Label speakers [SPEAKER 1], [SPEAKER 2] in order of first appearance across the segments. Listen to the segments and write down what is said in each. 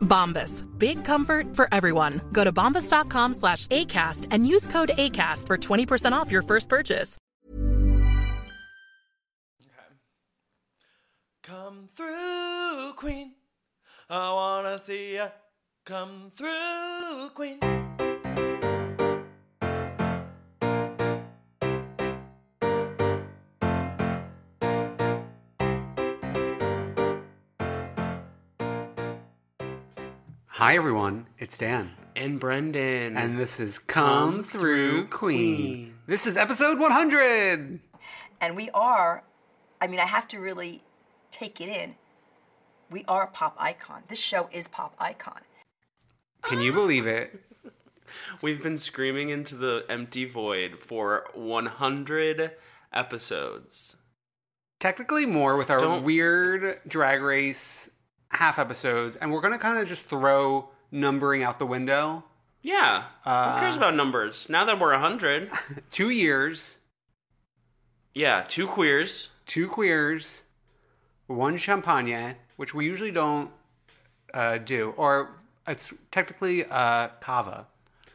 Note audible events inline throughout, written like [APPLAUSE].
[SPEAKER 1] Bombas. Big comfort for everyone. Go to bombas.com slash ACAST and use code ACAST for 20% off your first purchase.
[SPEAKER 2] Come through, Queen. I wanna see ya. Come through, Queen.
[SPEAKER 3] Hi everyone, it's Dan.
[SPEAKER 2] And Brendan.
[SPEAKER 3] And this is Come, Through Queen. This is episode 100.
[SPEAKER 4] And we are, I mean, I have to really take it in. We are pop icon. This show is pop icon.
[SPEAKER 3] Can you believe it?
[SPEAKER 2] We've been screaming into the empty void for 100 episodes.
[SPEAKER 3] Technically more with our
[SPEAKER 2] Don't-
[SPEAKER 3] weird drag race half episodes and we're going to kind of just throw numbering out the window.
[SPEAKER 2] Yeah.
[SPEAKER 3] Uh,
[SPEAKER 2] Who cares about numbers? Now that we're 100.
[SPEAKER 3] 2 years,
[SPEAKER 2] yeah, two queers.
[SPEAKER 3] two queers, one champagne, which we usually don't uh, do or it's technically uh, cava,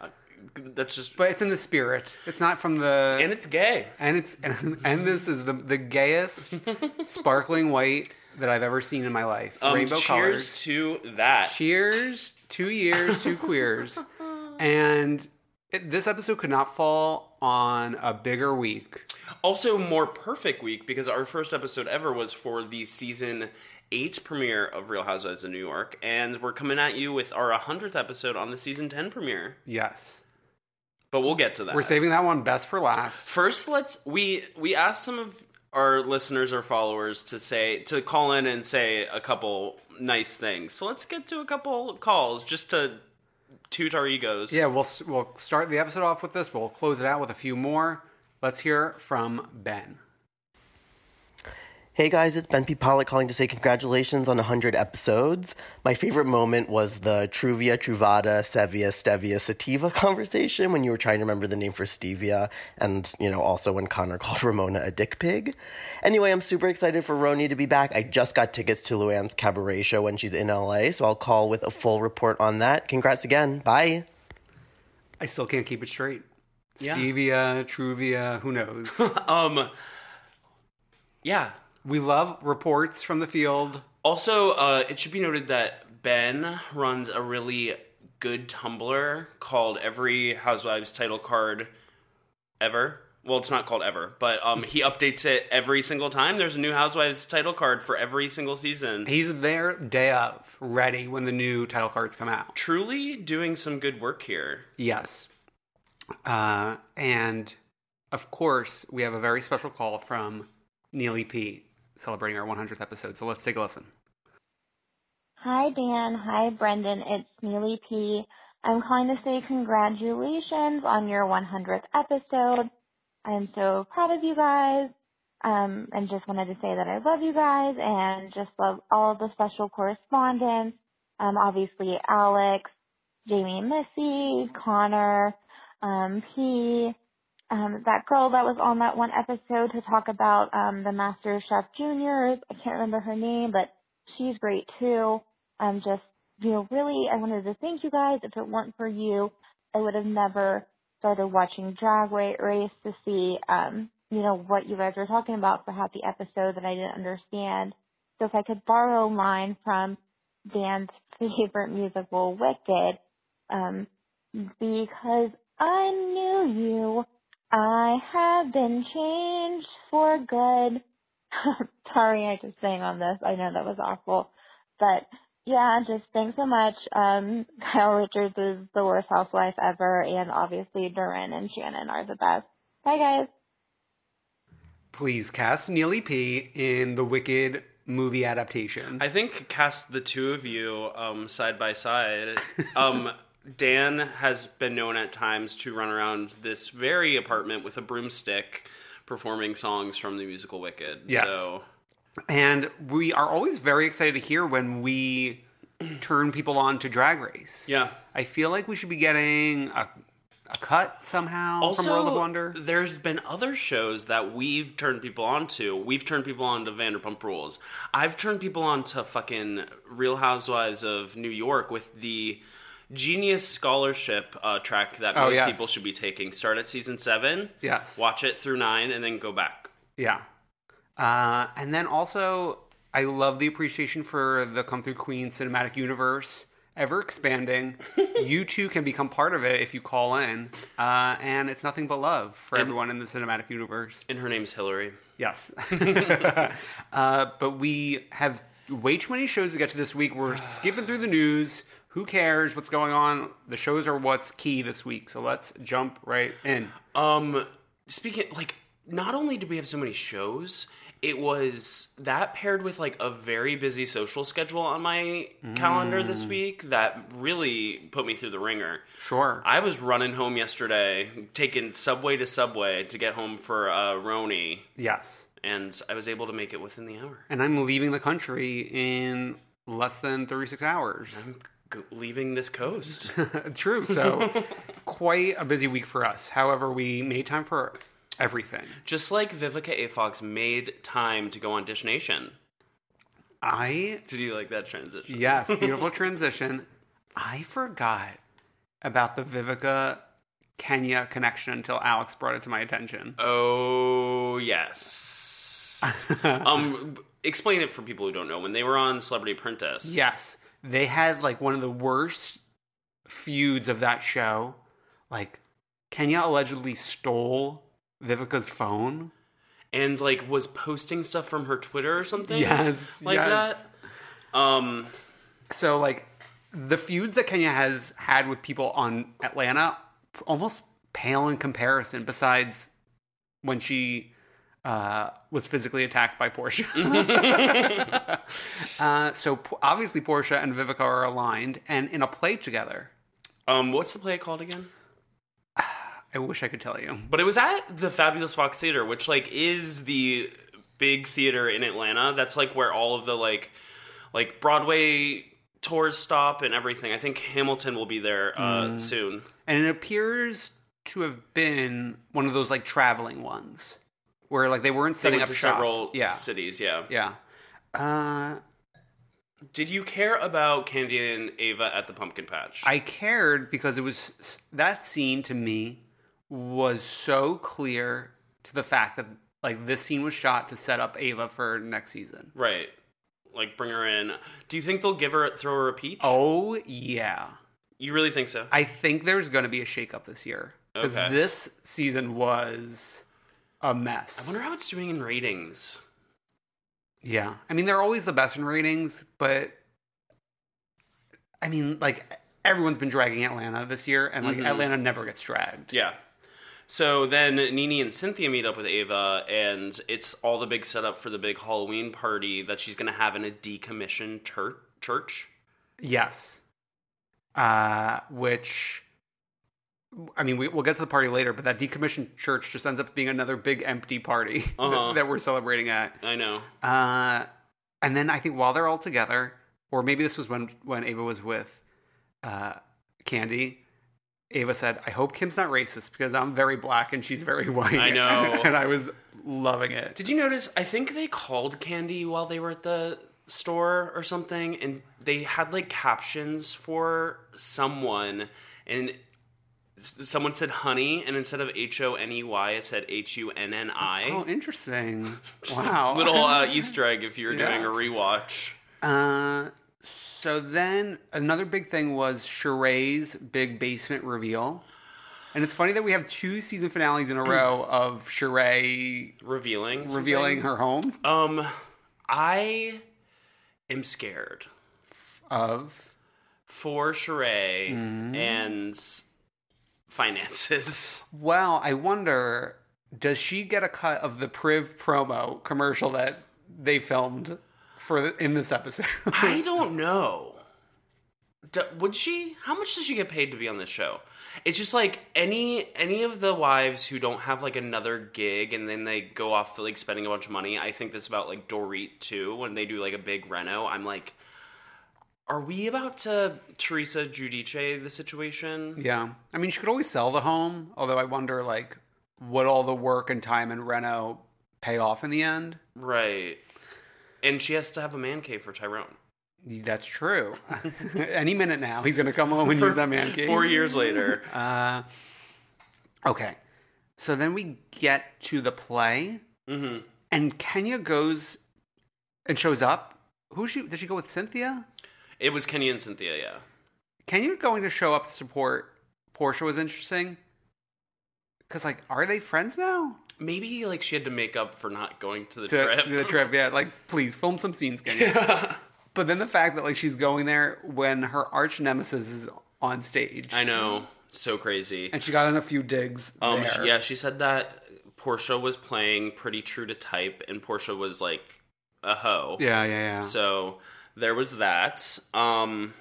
[SPEAKER 2] Uh, That's just.
[SPEAKER 3] but it's in the spirit. It's not from the
[SPEAKER 2] and it's gay.
[SPEAKER 3] And it's [LAUGHS] and, and this is the the gayest
[SPEAKER 2] [LAUGHS]
[SPEAKER 3] sparkling white that I've ever seen in my life.
[SPEAKER 2] Um,
[SPEAKER 3] Rainbow
[SPEAKER 2] cheers
[SPEAKER 3] colors.
[SPEAKER 2] to that.
[SPEAKER 3] Cheers. Two years, two queers.
[SPEAKER 2] [LAUGHS]
[SPEAKER 3] And it, this episode could not fall on a bigger week.
[SPEAKER 2] also, more perfect week because our first episode ever was for the season eight premiere of Real Housewives of New York, and we're coming at you with our 100th episode on the season 10 premiere.
[SPEAKER 3] Yes.
[SPEAKER 2] But we'll get to that.
[SPEAKER 3] We're saving that one best for last.
[SPEAKER 2] First, let's we we asked some of our listeners or followers to say to call in and say a couple nice things. So let's get to a couple calls just to toot our egos.
[SPEAKER 3] Yeah, we'll s- we'll start the episode off with this. We'll close it out with a few more. Let's hear from Ben.
[SPEAKER 5] Hey guys, it's Ben P. Pollock calling to say congratulations on 100 episodes. My favorite moment was the Truvia, Truvada, Sevia, Stevia, Sativa [LAUGHS] conversation when you were trying to remember the name for Stevia, and, you know, also when Connor called Ramona a dick pig. Anyway, I'm super excited for Roni to be back. I just got tickets to Luann's cabaret show when she's in LA, so I'll call with a full report on that. Congrats again. Bye.
[SPEAKER 3] I still can't keep it straight.
[SPEAKER 2] Yeah.
[SPEAKER 3] Stevia, Truvia, who knows?
[SPEAKER 2] [LAUGHS] Um. Yeah.
[SPEAKER 3] we love reports from the field.
[SPEAKER 2] Also, uh, it should be noted that Ben runs a really good Tumblr called Every Housewives Title Card Ever. Well, it's not called Ever, but um, he updates it every single time. There's a new Housewives title card for every single season.
[SPEAKER 3] He's there day of, ready when the new title cards come out.
[SPEAKER 2] Truly doing some good work here.
[SPEAKER 3] Yes. Uh, and of course, we have a very special call from Neely P celebrating our 100th episode. So let's take a listen.
[SPEAKER 6] Hi, Dan. Hi, Brendan. It's Neely P. I'm calling to say congratulations on your 100th episode. I'm so proud of you guys. Um, and just wanted to say that I love you guys and just love all the special correspondence. Um, obviously Alex, Jamie and Missy, Connor, um, P, um, that girl that was on that one episode to talk about, um, the Master Chef Juniors. I can't remember her name, but she's great too. Um, just, you know, really, I wanted to thank you guys. If it weren't for you, I would have never started watching Drag Race to see, um, you know, what you guys were talking about for half the episode that I didn't understand. So if I could borrow mine from Dan's [LAUGHS] favorite musical, Wicked, um, because I knew you, I have been changed for good. [LAUGHS] Sorry, I just sang on this. I know that was awful, but yeah, just thanks so much. Um, [LAUGHS] Kyle Richards is the worst housewife ever, and obviously Duran and Shannon are the best. Bye, guys.
[SPEAKER 3] Please cast Neely P in the Wicked movie adaptation.
[SPEAKER 2] I think cast the two of you um, side by side.
[SPEAKER 3] [LAUGHS]
[SPEAKER 2] Um, Dan has been known at times to run around this very apartment with a broomstick, performing songs from the musical Wicked.
[SPEAKER 3] Yes.
[SPEAKER 2] So
[SPEAKER 3] And we are always very excited to hear when we [CLEARS THROAT] turn people on to Drag Race.
[SPEAKER 2] Yeah.
[SPEAKER 3] I feel like we should be getting a, a cut somehow from World of Wonder.
[SPEAKER 2] There's been other shows that we've turned people on to. We've turned people on to Vanderpump Rules. I've turned people on to fucking Real Housewives of New York with the Genius Scholarship uh, track that
[SPEAKER 3] Oh,
[SPEAKER 2] most
[SPEAKER 3] yes.
[SPEAKER 2] people should be taking. Start at season seven.
[SPEAKER 3] Yes.
[SPEAKER 2] Watch it through nine and then go back.
[SPEAKER 3] Yeah. Uh, and then also, I love the appreciation for the Come Through Queen cinematic universe,
[SPEAKER 2] [LAUGHS]
[SPEAKER 3] ever expanding. you too can become part of it if you call in. Uh, and it's nothing but love for
[SPEAKER 2] And-
[SPEAKER 3] everyone in the cinematic universe.
[SPEAKER 2] And her name's Hillary.
[SPEAKER 3] [LAUGHS] Yes. uh, but we have way too many shows to get to this week. [SIGHS] We're skipping through the news. Who cares what's going on? The shows are what's key this week. So let's jump right in.
[SPEAKER 2] Um, speaking like, not only did we have so many shows, it was that paired with like a very busy social schedule on my calendar this
[SPEAKER 3] Mm.
[SPEAKER 2] week that really put me through the ringer.
[SPEAKER 3] Sure.
[SPEAKER 2] I was running home yesterday, taking subway to subway to get home for uh, Roni,
[SPEAKER 3] Yes.
[SPEAKER 2] and I was able to make it within the hour.
[SPEAKER 3] and I'm leaving the country in less than 36 hours.
[SPEAKER 2] G- leaving this [LAUGHS] coast.
[SPEAKER 3] [LAUGHS] True. So, quite a busy week for us. However, we made time for everything.
[SPEAKER 2] Just like Vivica A. Fox made time to go on Dish Nation.
[SPEAKER 3] I
[SPEAKER 2] Did you like that transition?
[SPEAKER 3] yes, beautiful transition. I forgot about the Vivica Kenya connection until Alex brought it to my attention.
[SPEAKER 2] [LAUGHS] Oh yes.
[SPEAKER 3] [LAUGHS]
[SPEAKER 2] um, explain it for people who don't know. When they were on Celebrity Apprentice,
[SPEAKER 3] Yes. They had like one of the worst feuds of that show. Like Kenya allegedly stole Vivica's phone.
[SPEAKER 2] and like was posting stuff from her Twitter or something.
[SPEAKER 3] Yes,
[SPEAKER 2] like
[SPEAKER 3] yes.
[SPEAKER 2] that. Um,
[SPEAKER 3] So like the feuds that Kenya has had with people on Atlanta almost pale in comparison. Besides when she uh, was physically attacked by
[SPEAKER 2] [LAUGHS]
[SPEAKER 3] Portia. uh, so p- obviously Portia and Vivica are aligned and in a play together.
[SPEAKER 2] um, what's the play called again?
[SPEAKER 3] I wish I could tell you.
[SPEAKER 2] But it was at the Fabulous Fox Theater, which like is the big theater in Atlanta. That's like where all of the like like Broadway tours stop and everything. I think Hamilton will be there uh,
[SPEAKER 3] Mm.
[SPEAKER 2] soon.
[SPEAKER 3] And it appears to have been one of those like traveling ones where like they weren't
[SPEAKER 2] They
[SPEAKER 3] setting
[SPEAKER 2] went to
[SPEAKER 3] up shop.
[SPEAKER 2] several
[SPEAKER 3] yeah.
[SPEAKER 2] cities. Yeah.
[SPEAKER 3] Yeah. Uh,
[SPEAKER 2] Did you care about Candy and Ava at the pumpkin patch?
[SPEAKER 3] I cared because it was that scene to me was so clear to the fact that like this scene was shot to set up Ava for next season.
[SPEAKER 2] Right. Like bring her in. Do you think they'll give her throw her a peach?
[SPEAKER 3] Oh yeah.
[SPEAKER 2] You really think so?
[SPEAKER 3] I think there's going to be a shakeup this year because
[SPEAKER 2] Okay.
[SPEAKER 3] this season was a mess.
[SPEAKER 2] I wonder how it's doing in ratings.
[SPEAKER 3] Yeah. I mean, they're always the best in ratings, but I mean, like everyone's been dragging Atlanta this year, and like
[SPEAKER 2] Mhm.
[SPEAKER 3] Atlanta never gets dragged.
[SPEAKER 2] Yeah. So then Nini and Cynthia meet up with Ava, and it's all the big setup for the big Halloween party that she's going to have in a decommissioned tur- church.
[SPEAKER 3] Yes. Uh, which, I mean, we, we'll get to the party later, but that decommissioned church just ends up being another big empty party [LAUGHS]
[SPEAKER 2] Uh-huh.
[SPEAKER 3] that we're celebrating at.
[SPEAKER 2] I know.
[SPEAKER 3] Uh, and then I think while they're all together, or maybe this was when when Ava was with uh, Candy, Ava said, "I hope Kim's not racist because I'm very black and she's very white."
[SPEAKER 2] I know.
[SPEAKER 3] [LAUGHS] and I was loving it.
[SPEAKER 2] Did you notice? I think they called Candy while they were at the store or something, and they had like captions for someone, and s- someone said honey, and instead of H O N E Y, it said H U N N I.
[SPEAKER 3] Oh, interesting.
[SPEAKER 2] [LAUGHS] Just a
[SPEAKER 3] Oh, Wow.
[SPEAKER 2] little uh,
[SPEAKER 3] [LAUGHS]
[SPEAKER 2] Easter egg if you're
[SPEAKER 3] Yeah.
[SPEAKER 2] doing a rewatch.
[SPEAKER 3] Uh, so then another big thing was Sheree's big basement reveal. And it's funny that we have two season finales in a row of Sheree
[SPEAKER 2] revealing something?
[SPEAKER 3] revealing her home
[SPEAKER 2] Um, I am scared
[SPEAKER 3] of
[SPEAKER 2] for Sheree
[SPEAKER 3] Mm.
[SPEAKER 2] and finances.
[SPEAKER 3] Well, I wonder does she get a cut of the Priv promo commercial that they filmed for the, in this episode? [LAUGHS]
[SPEAKER 2] I don't know. D- would she? How much does she get paid to be on this show? It's just like any any of the wives who don't have like another gig and then they go off like spending a bunch of money. I think this about like Dorit too when they do like a big reno. I'm like, are we about to Teresa Giudice the situation?
[SPEAKER 3] yeah. I mean, she could always sell the home, although I wonder like would all the work and time and reno pay off in the end?
[SPEAKER 2] Right. And she has to have a man cave for Tyrone. [LAUGHS]
[SPEAKER 3] That's true. Any minute now, he's going to come home and use that man cave.
[SPEAKER 2] Four years later.
[SPEAKER 3] Uh, okay. So then we get to the play,
[SPEAKER 2] Mm-hmm.
[SPEAKER 3] and Kenya goes and shows up. Who she? Did she go with Cynthia?
[SPEAKER 2] It was Kenny and Cynthia, yeah.
[SPEAKER 3] Kenya going to show up to support Portia was interesting. Because, like, are they friends now?
[SPEAKER 2] Maybe like she had to make up for not going to the
[SPEAKER 3] To-
[SPEAKER 2] trip.
[SPEAKER 3] The
[SPEAKER 2] [LAUGHS]
[SPEAKER 3] trip, yeah. Like, please film some scenes, Kenya. But then the fact that, like, she's going there when her arch nemesis is on stage.
[SPEAKER 2] I know. So crazy.
[SPEAKER 3] And she got in a few digs.
[SPEAKER 2] Um
[SPEAKER 3] there.
[SPEAKER 2] she- yeah, she said that Portia was playing pretty true to type and Portia was like a hoe.
[SPEAKER 3] Yeah, yeah, yeah.
[SPEAKER 2] So there was that. Um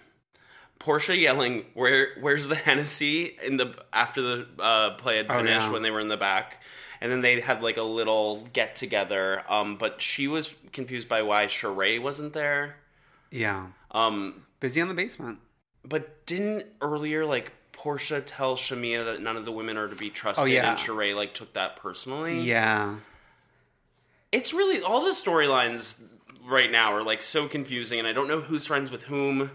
[SPEAKER 2] Portia yelling, "Where where's the Hennessy?" in the after the uh, play had
[SPEAKER 3] Oh,
[SPEAKER 2] finished
[SPEAKER 3] yeah.
[SPEAKER 2] when they were in the back, and then they had like a little get together. Um, but she was confused by why Sheree wasn't there.
[SPEAKER 3] Yeah.
[SPEAKER 2] Um,
[SPEAKER 3] Busy on the basement.
[SPEAKER 2] but didn't earlier like Portia tell Shamia that none of the women are to be trusted,
[SPEAKER 3] Oh, yeah.
[SPEAKER 2] and Sheree like took that personally.
[SPEAKER 3] Yeah.
[SPEAKER 2] it's really all the storylines right now are like so confusing, and I don't know who's friends with whom.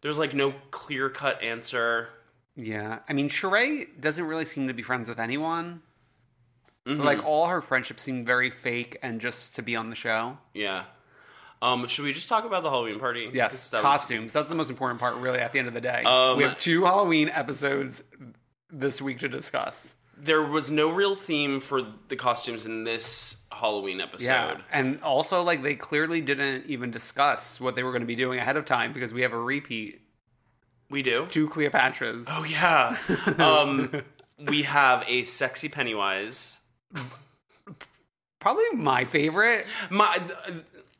[SPEAKER 2] There's like no clear cut answer.
[SPEAKER 3] Yeah. I mean, Sheree doesn't really seem to be friends with anyone.
[SPEAKER 2] Mhm.
[SPEAKER 3] Like, all her friendships seem very fake and just to be on the show.
[SPEAKER 2] Yeah. Um, should we just talk about the Halloween party?
[SPEAKER 3] Yes,
[SPEAKER 2] 'Cause that was-
[SPEAKER 3] costumes. That's the most important part, really, at the end of the day.
[SPEAKER 2] Um,
[SPEAKER 3] we have two Halloween episodes this week to discuss.
[SPEAKER 2] there was no real theme for the costumes in this Halloween episode.
[SPEAKER 3] Yeah. And also, like, they clearly didn't even discuss what they were going to be doing ahead of time because we have a repeat.
[SPEAKER 2] We do?
[SPEAKER 3] Two Cleopatras.
[SPEAKER 2] Oh, yeah. [LAUGHS] Um, we have a sexy Pennywise.
[SPEAKER 3] Probably my favorite.
[SPEAKER 2] My uh,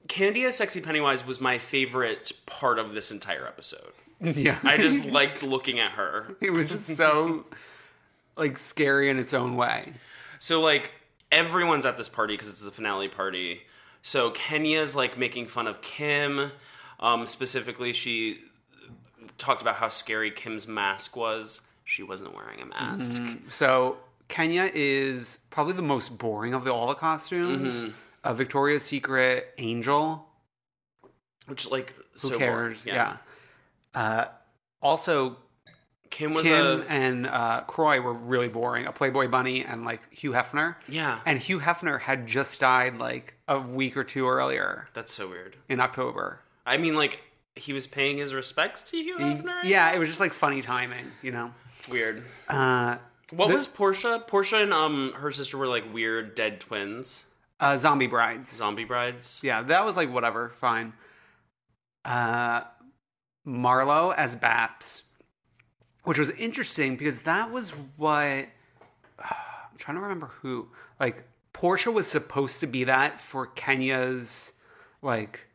[SPEAKER 2] Candy as sexy Pennywise was my favorite part of this entire episode.
[SPEAKER 3] Yeah.
[SPEAKER 2] I [LAUGHS]
[SPEAKER 3] [LAUGHS]
[SPEAKER 2] just liked looking at her.
[SPEAKER 3] It was just so, like, scary in its own way.
[SPEAKER 2] So like everyone's at this party because it's the finale party. So Kenya's like making fun of Kim. Um, specifically, she talked about how scary Kim's mask was. She wasn't wearing a mask.
[SPEAKER 3] Mhm. So Kenya is probably the most boring of the, all the costumes.
[SPEAKER 2] Mhm.
[SPEAKER 3] A Victoria's Secret angel.
[SPEAKER 2] Which like
[SPEAKER 3] Who
[SPEAKER 2] so boring.
[SPEAKER 3] cares? Yeah. Uh, also,
[SPEAKER 2] Kim was
[SPEAKER 3] Kim
[SPEAKER 2] a
[SPEAKER 3] and uh, Croy were really boring. A Playboy Bunny and like Hugh Hefner.
[SPEAKER 2] yeah.
[SPEAKER 3] And Hugh Hefner had just died like a week or two earlier
[SPEAKER 2] That's so weird.
[SPEAKER 3] in October.
[SPEAKER 2] I mean, like he was paying his respects to Hugh Hefner. I
[SPEAKER 3] Yeah, it
[SPEAKER 2] guess?
[SPEAKER 3] was just like funny timing, you know.
[SPEAKER 2] weird.
[SPEAKER 3] Uh,
[SPEAKER 2] What
[SPEAKER 3] The-
[SPEAKER 2] was Portia? Portia and um her sister were like weird dead twins,
[SPEAKER 3] uh, zombie brides.
[SPEAKER 2] zombie brides.
[SPEAKER 3] Yeah, that was like whatever, fine. Uh Marlowe as Baps, which was interesting because that was what [SIGHS] I'm trying to remember who. Like Portia was supposed to be that for Kenya's like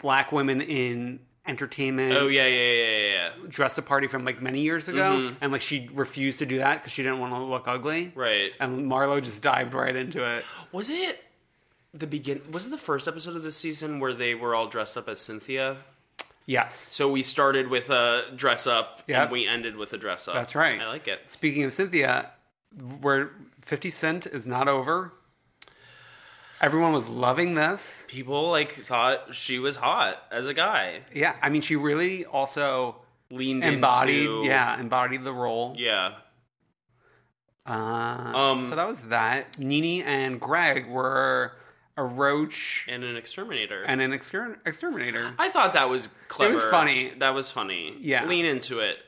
[SPEAKER 3] black women in entertainment
[SPEAKER 2] Oh yeah, yeah, yeah, yeah, yeah.
[SPEAKER 3] dress up party from like many years ago
[SPEAKER 2] Mhm.
[SPEAKER 3] and like she refused to do that because she didn't want to look ugly
[SPEAKER 2] Right.
[SPEAKER 3] and Marlowe just dived right into it
[SPEAKER 2] Was it the begin? Was it the first episode of this season where they were all dressed up as Cynthia?
[SPEAKER 3] yes
[SPEAKER 2] So we started with a dress up,
[SPEAKER 3] Yep.
[SPEAKER 2] and we ended with a dress up.
[SPEAKER 3] That's right.
[SPEAKER 2] uh, I like it.
[SPEAKER 3] Speaking of Cynthia, where 50 Cent is not over. Everyone was loving this.
[SPEAKER 2] People like thought she was hot as a guy.
[SPEAKER 3] Yeah, I mean, she really also
[SPEAKER 2] leaned
[SPEAKER 3] embodied,
[SPEAKER 2] into
[SPEAKER 3] yeah, embodied the role.
[SPEAKER 2] yeah
[SPEAKER 3] Uh,
[SPEAKER 2] Um,
[SPEAKER 3] so that was that. Nini and Greg were a roach
[SPEAKER 2] and an exterminator
[SPEAKER 3] and an exter- exterminator.
[SPEAKER 2] I thought that was clever.
[SPEAKER 3] funny.
[SPEAKER 2] That was funny.
[SPEAKER 3] Yeah.
[SPEAKER 2] Lean into it.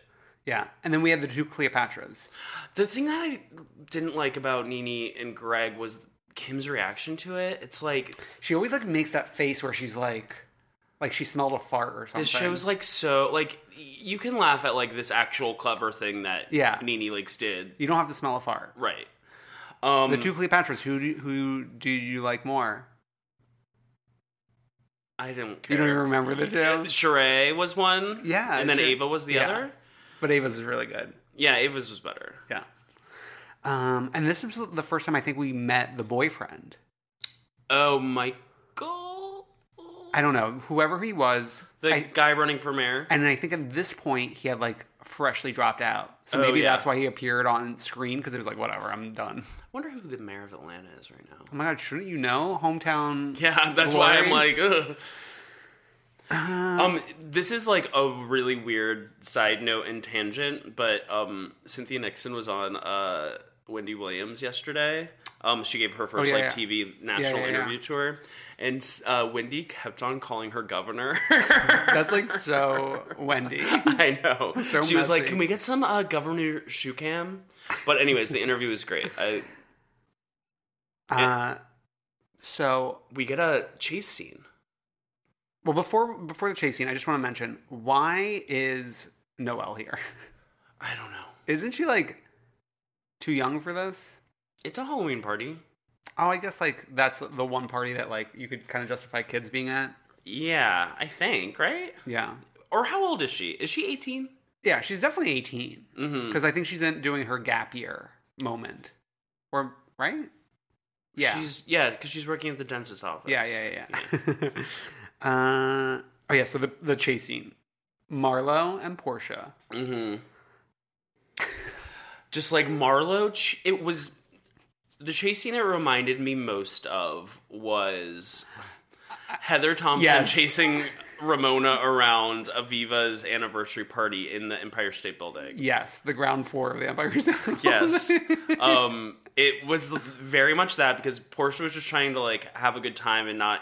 [SPEAKER 3] yeah, and then we had the two Cleopatras.
[SPEAKER 2] The thing that I didn't like about Nini and Greg was Kim's reaction to it. It's like
[SPEAKER 3] She always like makes that face where she's like, like she smelled a fart or something.
[SPEAKER 2] this show's like so like y- you can laugh at like this actual clever thing that
[SPEAKER 3] Yeah.
[SPEAKER 2] Nini likes did.
[SPEAKER 3] you don't have to smell a fart.
[SPEAKER 2] Right. Um
[SPEAKER 3] the two Cleopatras. Who do, who do you like more?
[SPEAKER 2] I don't care.
[SPEAKER 3] You don't even remember the two?
[SPEAKER 2] Uh, Sheree was one.
[SPEAKER 3] Yeah,
[SPEAKER 2] And then
[SPEAKER 3] sure.
[SPEAKER 2] Ava was the
[SPEAKER 3] Yeah.
[SPEAKER 2] other.
[SPEAKER 3] But Ava's is really good.
[SPEAKER 2] Yeah, Ava's was better.
[SPEAKER 3] Yeah. Um, and this was the first time I think we met the boyfriend.
[SPEAKER 2] Oh Michael
[SPEAKER 3] I don't know whoever he was.
[SPEAKER 2] the
[SPEAKER 3] I-
[SPEAKER 2] guy running for mayor.
[SPEAKER 3] And I think at this point he had like freshly dropped out, so
[SPEAKER 2] Oh,
[SPEAKER 3] maybe
[SPEAKER 2] yeah.
[SPEAKER 3] that's why he appeared on screen because it was like whatever, I'm done.
[SPEAKER 2] I wonder who the mayor of Atlanta is right now.
[SPEAKER 3] Oh my god, shouldn't you know hometown?
[SPEAKER 2] Yeah, [LAUGHS] that's why I'm
[SPEAKER 3] glory?
[SPEAKER 2] like, Ugh.
[SPEAKER 3] Uh.
[SPEAKER 2] um, this is like a really weird side note and tangent, but um, Cynthia Nixon was on uh Wendy Williams yesterday. Um, she gave her first
[SPEAKER 3] Oh, yeah,
[SPEAKER 2] like
[SPEAKER 3] yeah.
[SPEAKER 2] TV
[SPEAKER 3] Yeah,
[SPEAKER 2] national
[SPEAKER 3] yeah, yeah.
[SPEAKER 2] interview tour, and uh, Wendy kept on calling her governor.
[SPEAKER 3] [LAUGHS] that's like so Wendy.
[SPEAKER 2] [LAUGHS] I know.
[SPEAKER 3] [LAUGHS] So
[SPEAKER 2] she was like,
[SPEAKER 3] messy.
[SPEAKER 2] "Can we get some uh, Governor shoe cam?" But anyways, the interview was great. I
[SPEAKER 3] Uh, so
[SPEAKER 2] we get a chase scene.
[SPEAKER 3] well before before the chase scene, I just want to mention why is Noelle here? [LAUGHS]
[SPEAKER 2] I don't know.
[SPEAKER 3] Isn't she like too young for this?
[SPEAKER 2] It's a Halloween party.
[SPEAKER 3] Oh, I guess like that's the one party that like you could kind of justify kids being at.
[SPEAKER 2] Yeah, I think right.
[SPEAKER 3] Yeah,
[SPEAKER 2] Or how old is she? Is she 18?
[SPEAKER 3] yeah, she's definitely eighteen.
[SPEAKER 2] Mm-hmm.
[SPEAKER 3] because I think she's in, doing her gap year moment, or right? Yeah,
[SPEAKER 2] She's, yeah, because she's working at the dentist's office.
[SPEAKER 3] yeah, yeah, yeah. yeah. [LAUGHS] uh, oh yeah, so the the chase scene, Marlo and Portia.
[SPEAKER 2] Mm-hmm. Just like Marlo, ch- it was the chase scene it reminded me most of was Heather Thompson
[SPEAKER 3] Yes.
[SPEAKER 2] chasing Ramona around Aviva's anniversary party in the Empire State Building.
[SPEAKER 3] Yes, the ground floor of the Empire State. Building. [LAUGHS]
[SPEAKER 2] Yes. um, it was very much that because Portia was just trying to like have a good time and not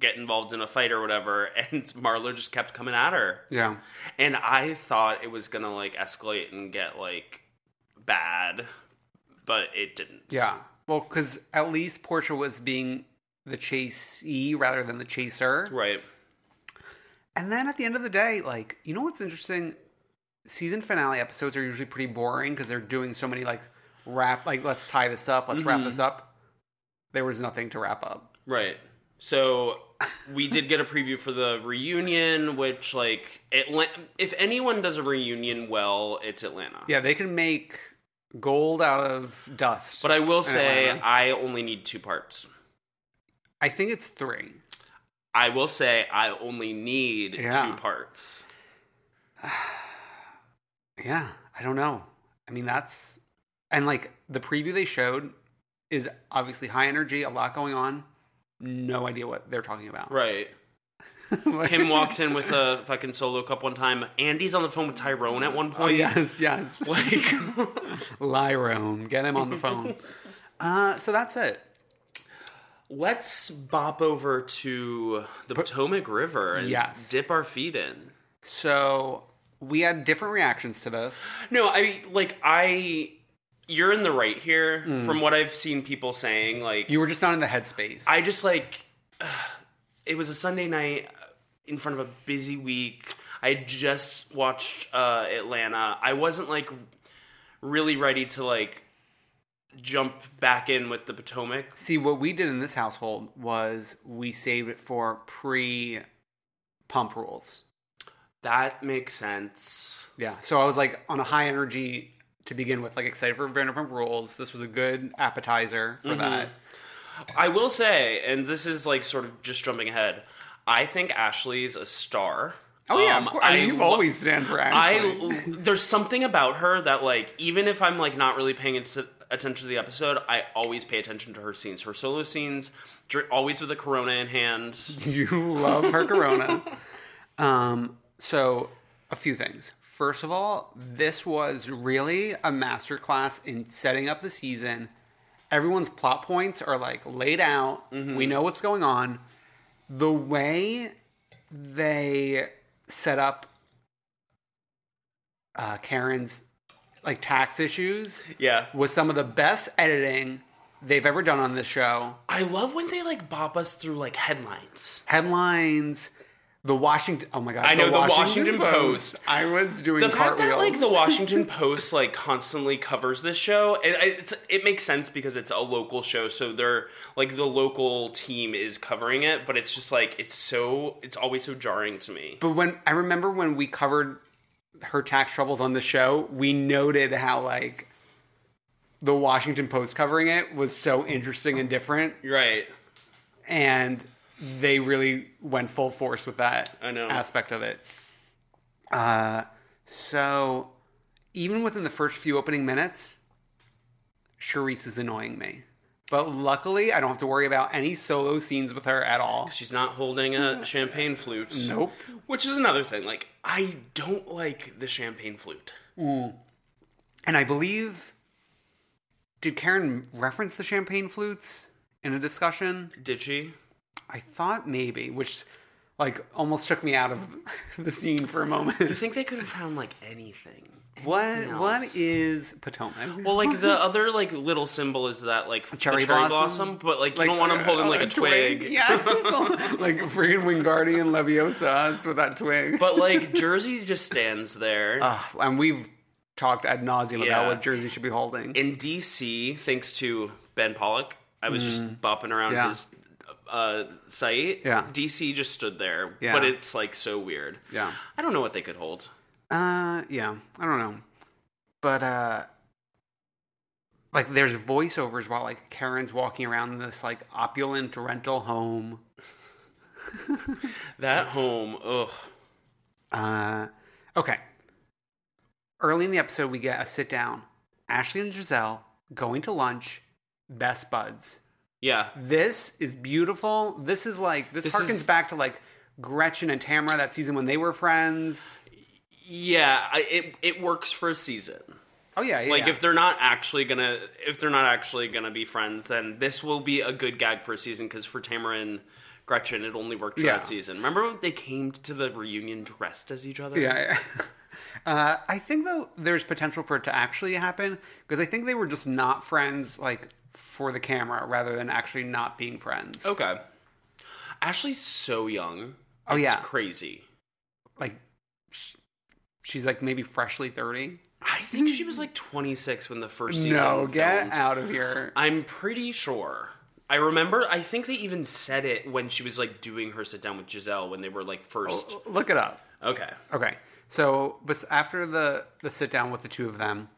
[SPEAKER 2] get involved in a fight or whatever, [LAUGHS] and Marlo just kept coming at her.
[SPEAKER 3] yeah,
[SPEAKER 2] And I thought it was gonna like escalate and get like bad, but it didn't.
[SPEAKER 3] yeah. Well, because at least Portia was being the chasee rather than the chaser.
[SPEAKER 2] Right.
[SPEAKER 3] And then at the end of the day, like, you know what's interesting? Season finale episodes are usually pretty boring because they're doing so many, like, wrap, like, let's tie this up, let's
[SPEAKER 2] Mm-hmm.
[SPEAKER 3] wrap this up. There was nothing to wrap up.
[SPEAKER 2] Right. So we did get a preview for the reunion, which like Atlanta. If anyone does a reunion well, it's Atlanta.
[SPEAKER 3] Yeah, they can make gold out of dust.
[SPEAKER 2] But I will
[SPEAKER 3] in
[SPEAKER 2] say,
[SPEAKER 3] Atlanta.
[SPEAKER 2] I only need two parts.
[SPEAKER 3] I think it's three.
[SPEAKER 2] I will say, I only need
[SPEAKER 3] Yeah.
[SPEAKER 2] two parts.
[SPEAKER 3] Yeah, I don't know. I mean, that's. And, like, the preview they showed is obviously high energy, a lot going on. No idea what they're talking about. [LAUGHS]
[SPEAKER 2] Right. Kim walks in with a fucking solo cup one time. Andy's on the phone with Tyrone at one
[SPEAKER 3] Oh,
[SPEAKER 2] point.
[SPEAKER 3] yes, yes.
[SPEAKER 2] [LAUGHS] Like,
[SPEAKER 3] Lyrone, get him on the phone.
[SPEAKER 2] [LAUGHS]
[SPEAKER 3] uh, so that's it.
[SPEAKER 2] let's bop over to the Potomac River and
[SPEAKER 3] Yes.
[SPEAKER 2] dip our feet in.
[SPEAKER 3] So we had different reactions to this.
[SPEAKER 2] No, I mean, like I, you're in the right here.
[SPEAKER 3] Mm.
[SPEAKER 2] From what I've seen people saying, like
[SPEAKER 3] You were just not in the headspace.
[SPEAKER 2] I just like [SIGHS] it was a Sunday night uh, in front of a busy week. I had just watched uh, Atlanta. I wasn't like really ready to like jump back in with the Potomac.
[SPEAKER 3] see what we did in this household was we saved it for pre pump rules.
[SPEAKER 2] That makes sense.
[SPEAKER 3] Yeah. So I was like on a high energy to begin with, like excited for Vanderpump Rules. This was a good appetizer
[SPEAKER 2] Mm-hmm.
[SPEAKER 3] for that.
[SPEAKER 2] I will say, and this is like sort of just jumping ahead. I think Ashley's a star.
[SPEAKER 3] Oh yeah,
[SPEAKER 2] Um,
[SPEAKER 3] of course. I, mean, you've
[SPEAKER 2] lo-
[SPEAKER 3] always stand for Ashley.
[SPEAKER 2] I there's something about her that like even if I'm like not really paying atti- attention to the episode, I always pay attention to her scenes, her solo scenes, dr- always with a Corona in
[SPEAKER 3] [LAUGHS]
[SPEAKER 2] hand.
[SPEAKER 3] you love her Corona. um, so a few things. First of all, this was really a masterclass in setting up the season. Everyone's plot points are like laid out. We know what's going on. The way they set up uh, Karen's like tax issues
[SPEAKER 2] yeah
[SPEAKER 3] was some of the best editing they've ever done on this show.
[SPEAKER 2] I love when they like bop us through like headlines.
[SPEAKER 3] Headlines, the Washington. Oh my god!
[SPEAKER 2] I know the Washington Post.
[SPEAKER 3] I was doing
[SPEAKER 2] the fact
[SPEAKER 3] cartwheels.
[SPEAKER 2] that like the Washington Post like constantly covers this show, and I- it's it makes sense because it's a local show, so they're like the local team is covering it, but it's just like it's so it's always so jarring to me.
[SPEAKER 3] But when I remember when we covered her tax troubles on the show, we noted how like the Washington Post covering it was so interesting and different,
[SPEAKER 2] Right.
[SPEAKER 3] and they really went full force with that
[SPEAKER 2] I know.
[SPEAKER 3] aspect of it. Uh, so even within the first few opening minutes, Charisse is annoying me. But luckily, I don't have to worry about any solo scenes with her at all.
[SPEAKER 2] She's not holding a champagne flute.
[SPEAKER 3] Nope.
[SPEAKER 2] Which is another thing. Like I don't like the champagne flute.
[SPEAKER 3] Ooh. And I believe did Karen reference the champagne flutes in a discussion?
[SPEAKER 2] Did she?
[SPEAKER 3] I thought maybe, which like almost took me out of [LAUGHS] the scene for a
[SPEAKER 2] You
[SPEAKER 3] moment.
[SPEAKER 2] think they could have found like anything?
[SPEAKER 3] What
[SPEAKER 2] Anything
[SPEAKER 3] what
[SPEAKER 2] else?
[SPEAKER 3] is Potomac?
[SPEAKER 2] Well, like the other like little symbol is that like the
[SPEAKER 3] [LAUGHS] Cherry
[SPEAKER 2] cherry,
[SPEAKER 3] blossom? uh,
[SPEAKER 2] blossom? but like you don't want them holding like a,
[SPEAKER 3] [LAUGHS]
[SPEAKER 2] twig.
[SPEAKER 3] Yes. like friggin' Wingardium Leviosa us with that twig.
[SPEAKER 2] but like
[SPEAKER 3] [LAUGHS]
[SPEAKER 2] Jersey just stands there.
[SPEAKER 3] Ugh, and we've talked ad nauseum about
[SPEAKER 2] Yeah.
[SPEAKER 3] what Jersey should be holding.
[SPEAKER 2] In DC, thanks to Ben Pollock, I was just bopping around
[SPEAKER 3] Mm. Yeah.
[SPEAKER 2] his uh, site.
[SPEAKER 3] Yeah.
[SPEAKER 2] DC just stood there,
[SPEAKER 3] Yeah.
[SPEAKER 2] but it's like so weird.
[SPEAKER 3] yeah.
[SPEAKER 2] I don't know what they could hold.
[SPEAKER 3] Uh, yeah, I don't know, but uh, like there's voiceovers while like Karen's walking around this like opulent rental home.
[SPEAKER 2] That home, ugh.
[SPEAKER 3] Uh, okay. Early in the episode, we get a sit down. Ashley and Giselle going to lunch, best buds.
[SPEAKER 2] Yeah,
[SPEAKER 3] This is beautiful. This is like this,
[SPEAKER 2] This
[SPEAKER 3] harkens
[SPEAKER 2] is-
[SPEAKER 3] back to like Gretchen and Tamara that season when they were friends.
[SPEAKER 2] yeah. I, it it works for a season.
[SPEAKER 3] Oh yeah, yeah.
[SPEAKER 2] Like
[SPEAKER 3] yeah.
[SPEAKER 2] if they're not actually gonna if they're not actually gonna be friends, then this will be a good gag for a season. Because for Tamara and Gretchen, it only worked for
[SPEAKER 3] Yeah.
[SPEAKER 2] that season. Remember when they came to the reunion dressed as each other?
[SPEAKER 3] Yeah. yeah. [LAUGHS] Uh, I think though there's potential for it to actually happen because I think they were just not friends like for the camera rather than actually not being friends.
[SPEAKER 2] Okay. Ashley's so young.
[SPEAKER 3] Oh,
[SPEAKER 2] it's
[SPEAKER 3] yeah.
[SPEAKER 2] crazy.
[SPEAKER 3] Like sh- she's like maybe freshly 30.
[SPEAKER 2] I think she was like 26 when the first season.
[SPEAKER 3] No, get
[SPEAKER 2] filmed.
[SPEAKER 3] out of here.
[SPEAKER 2] I'm pretty sure. I remember. I think they even said it when she was like doing her sit down with Giselle when they were like first.
[SPEAKER 3] Look it up.
[SPEAKER 2] Okay.
[SPEAKER 3] Okay. So, but after the the sit down with the two of them,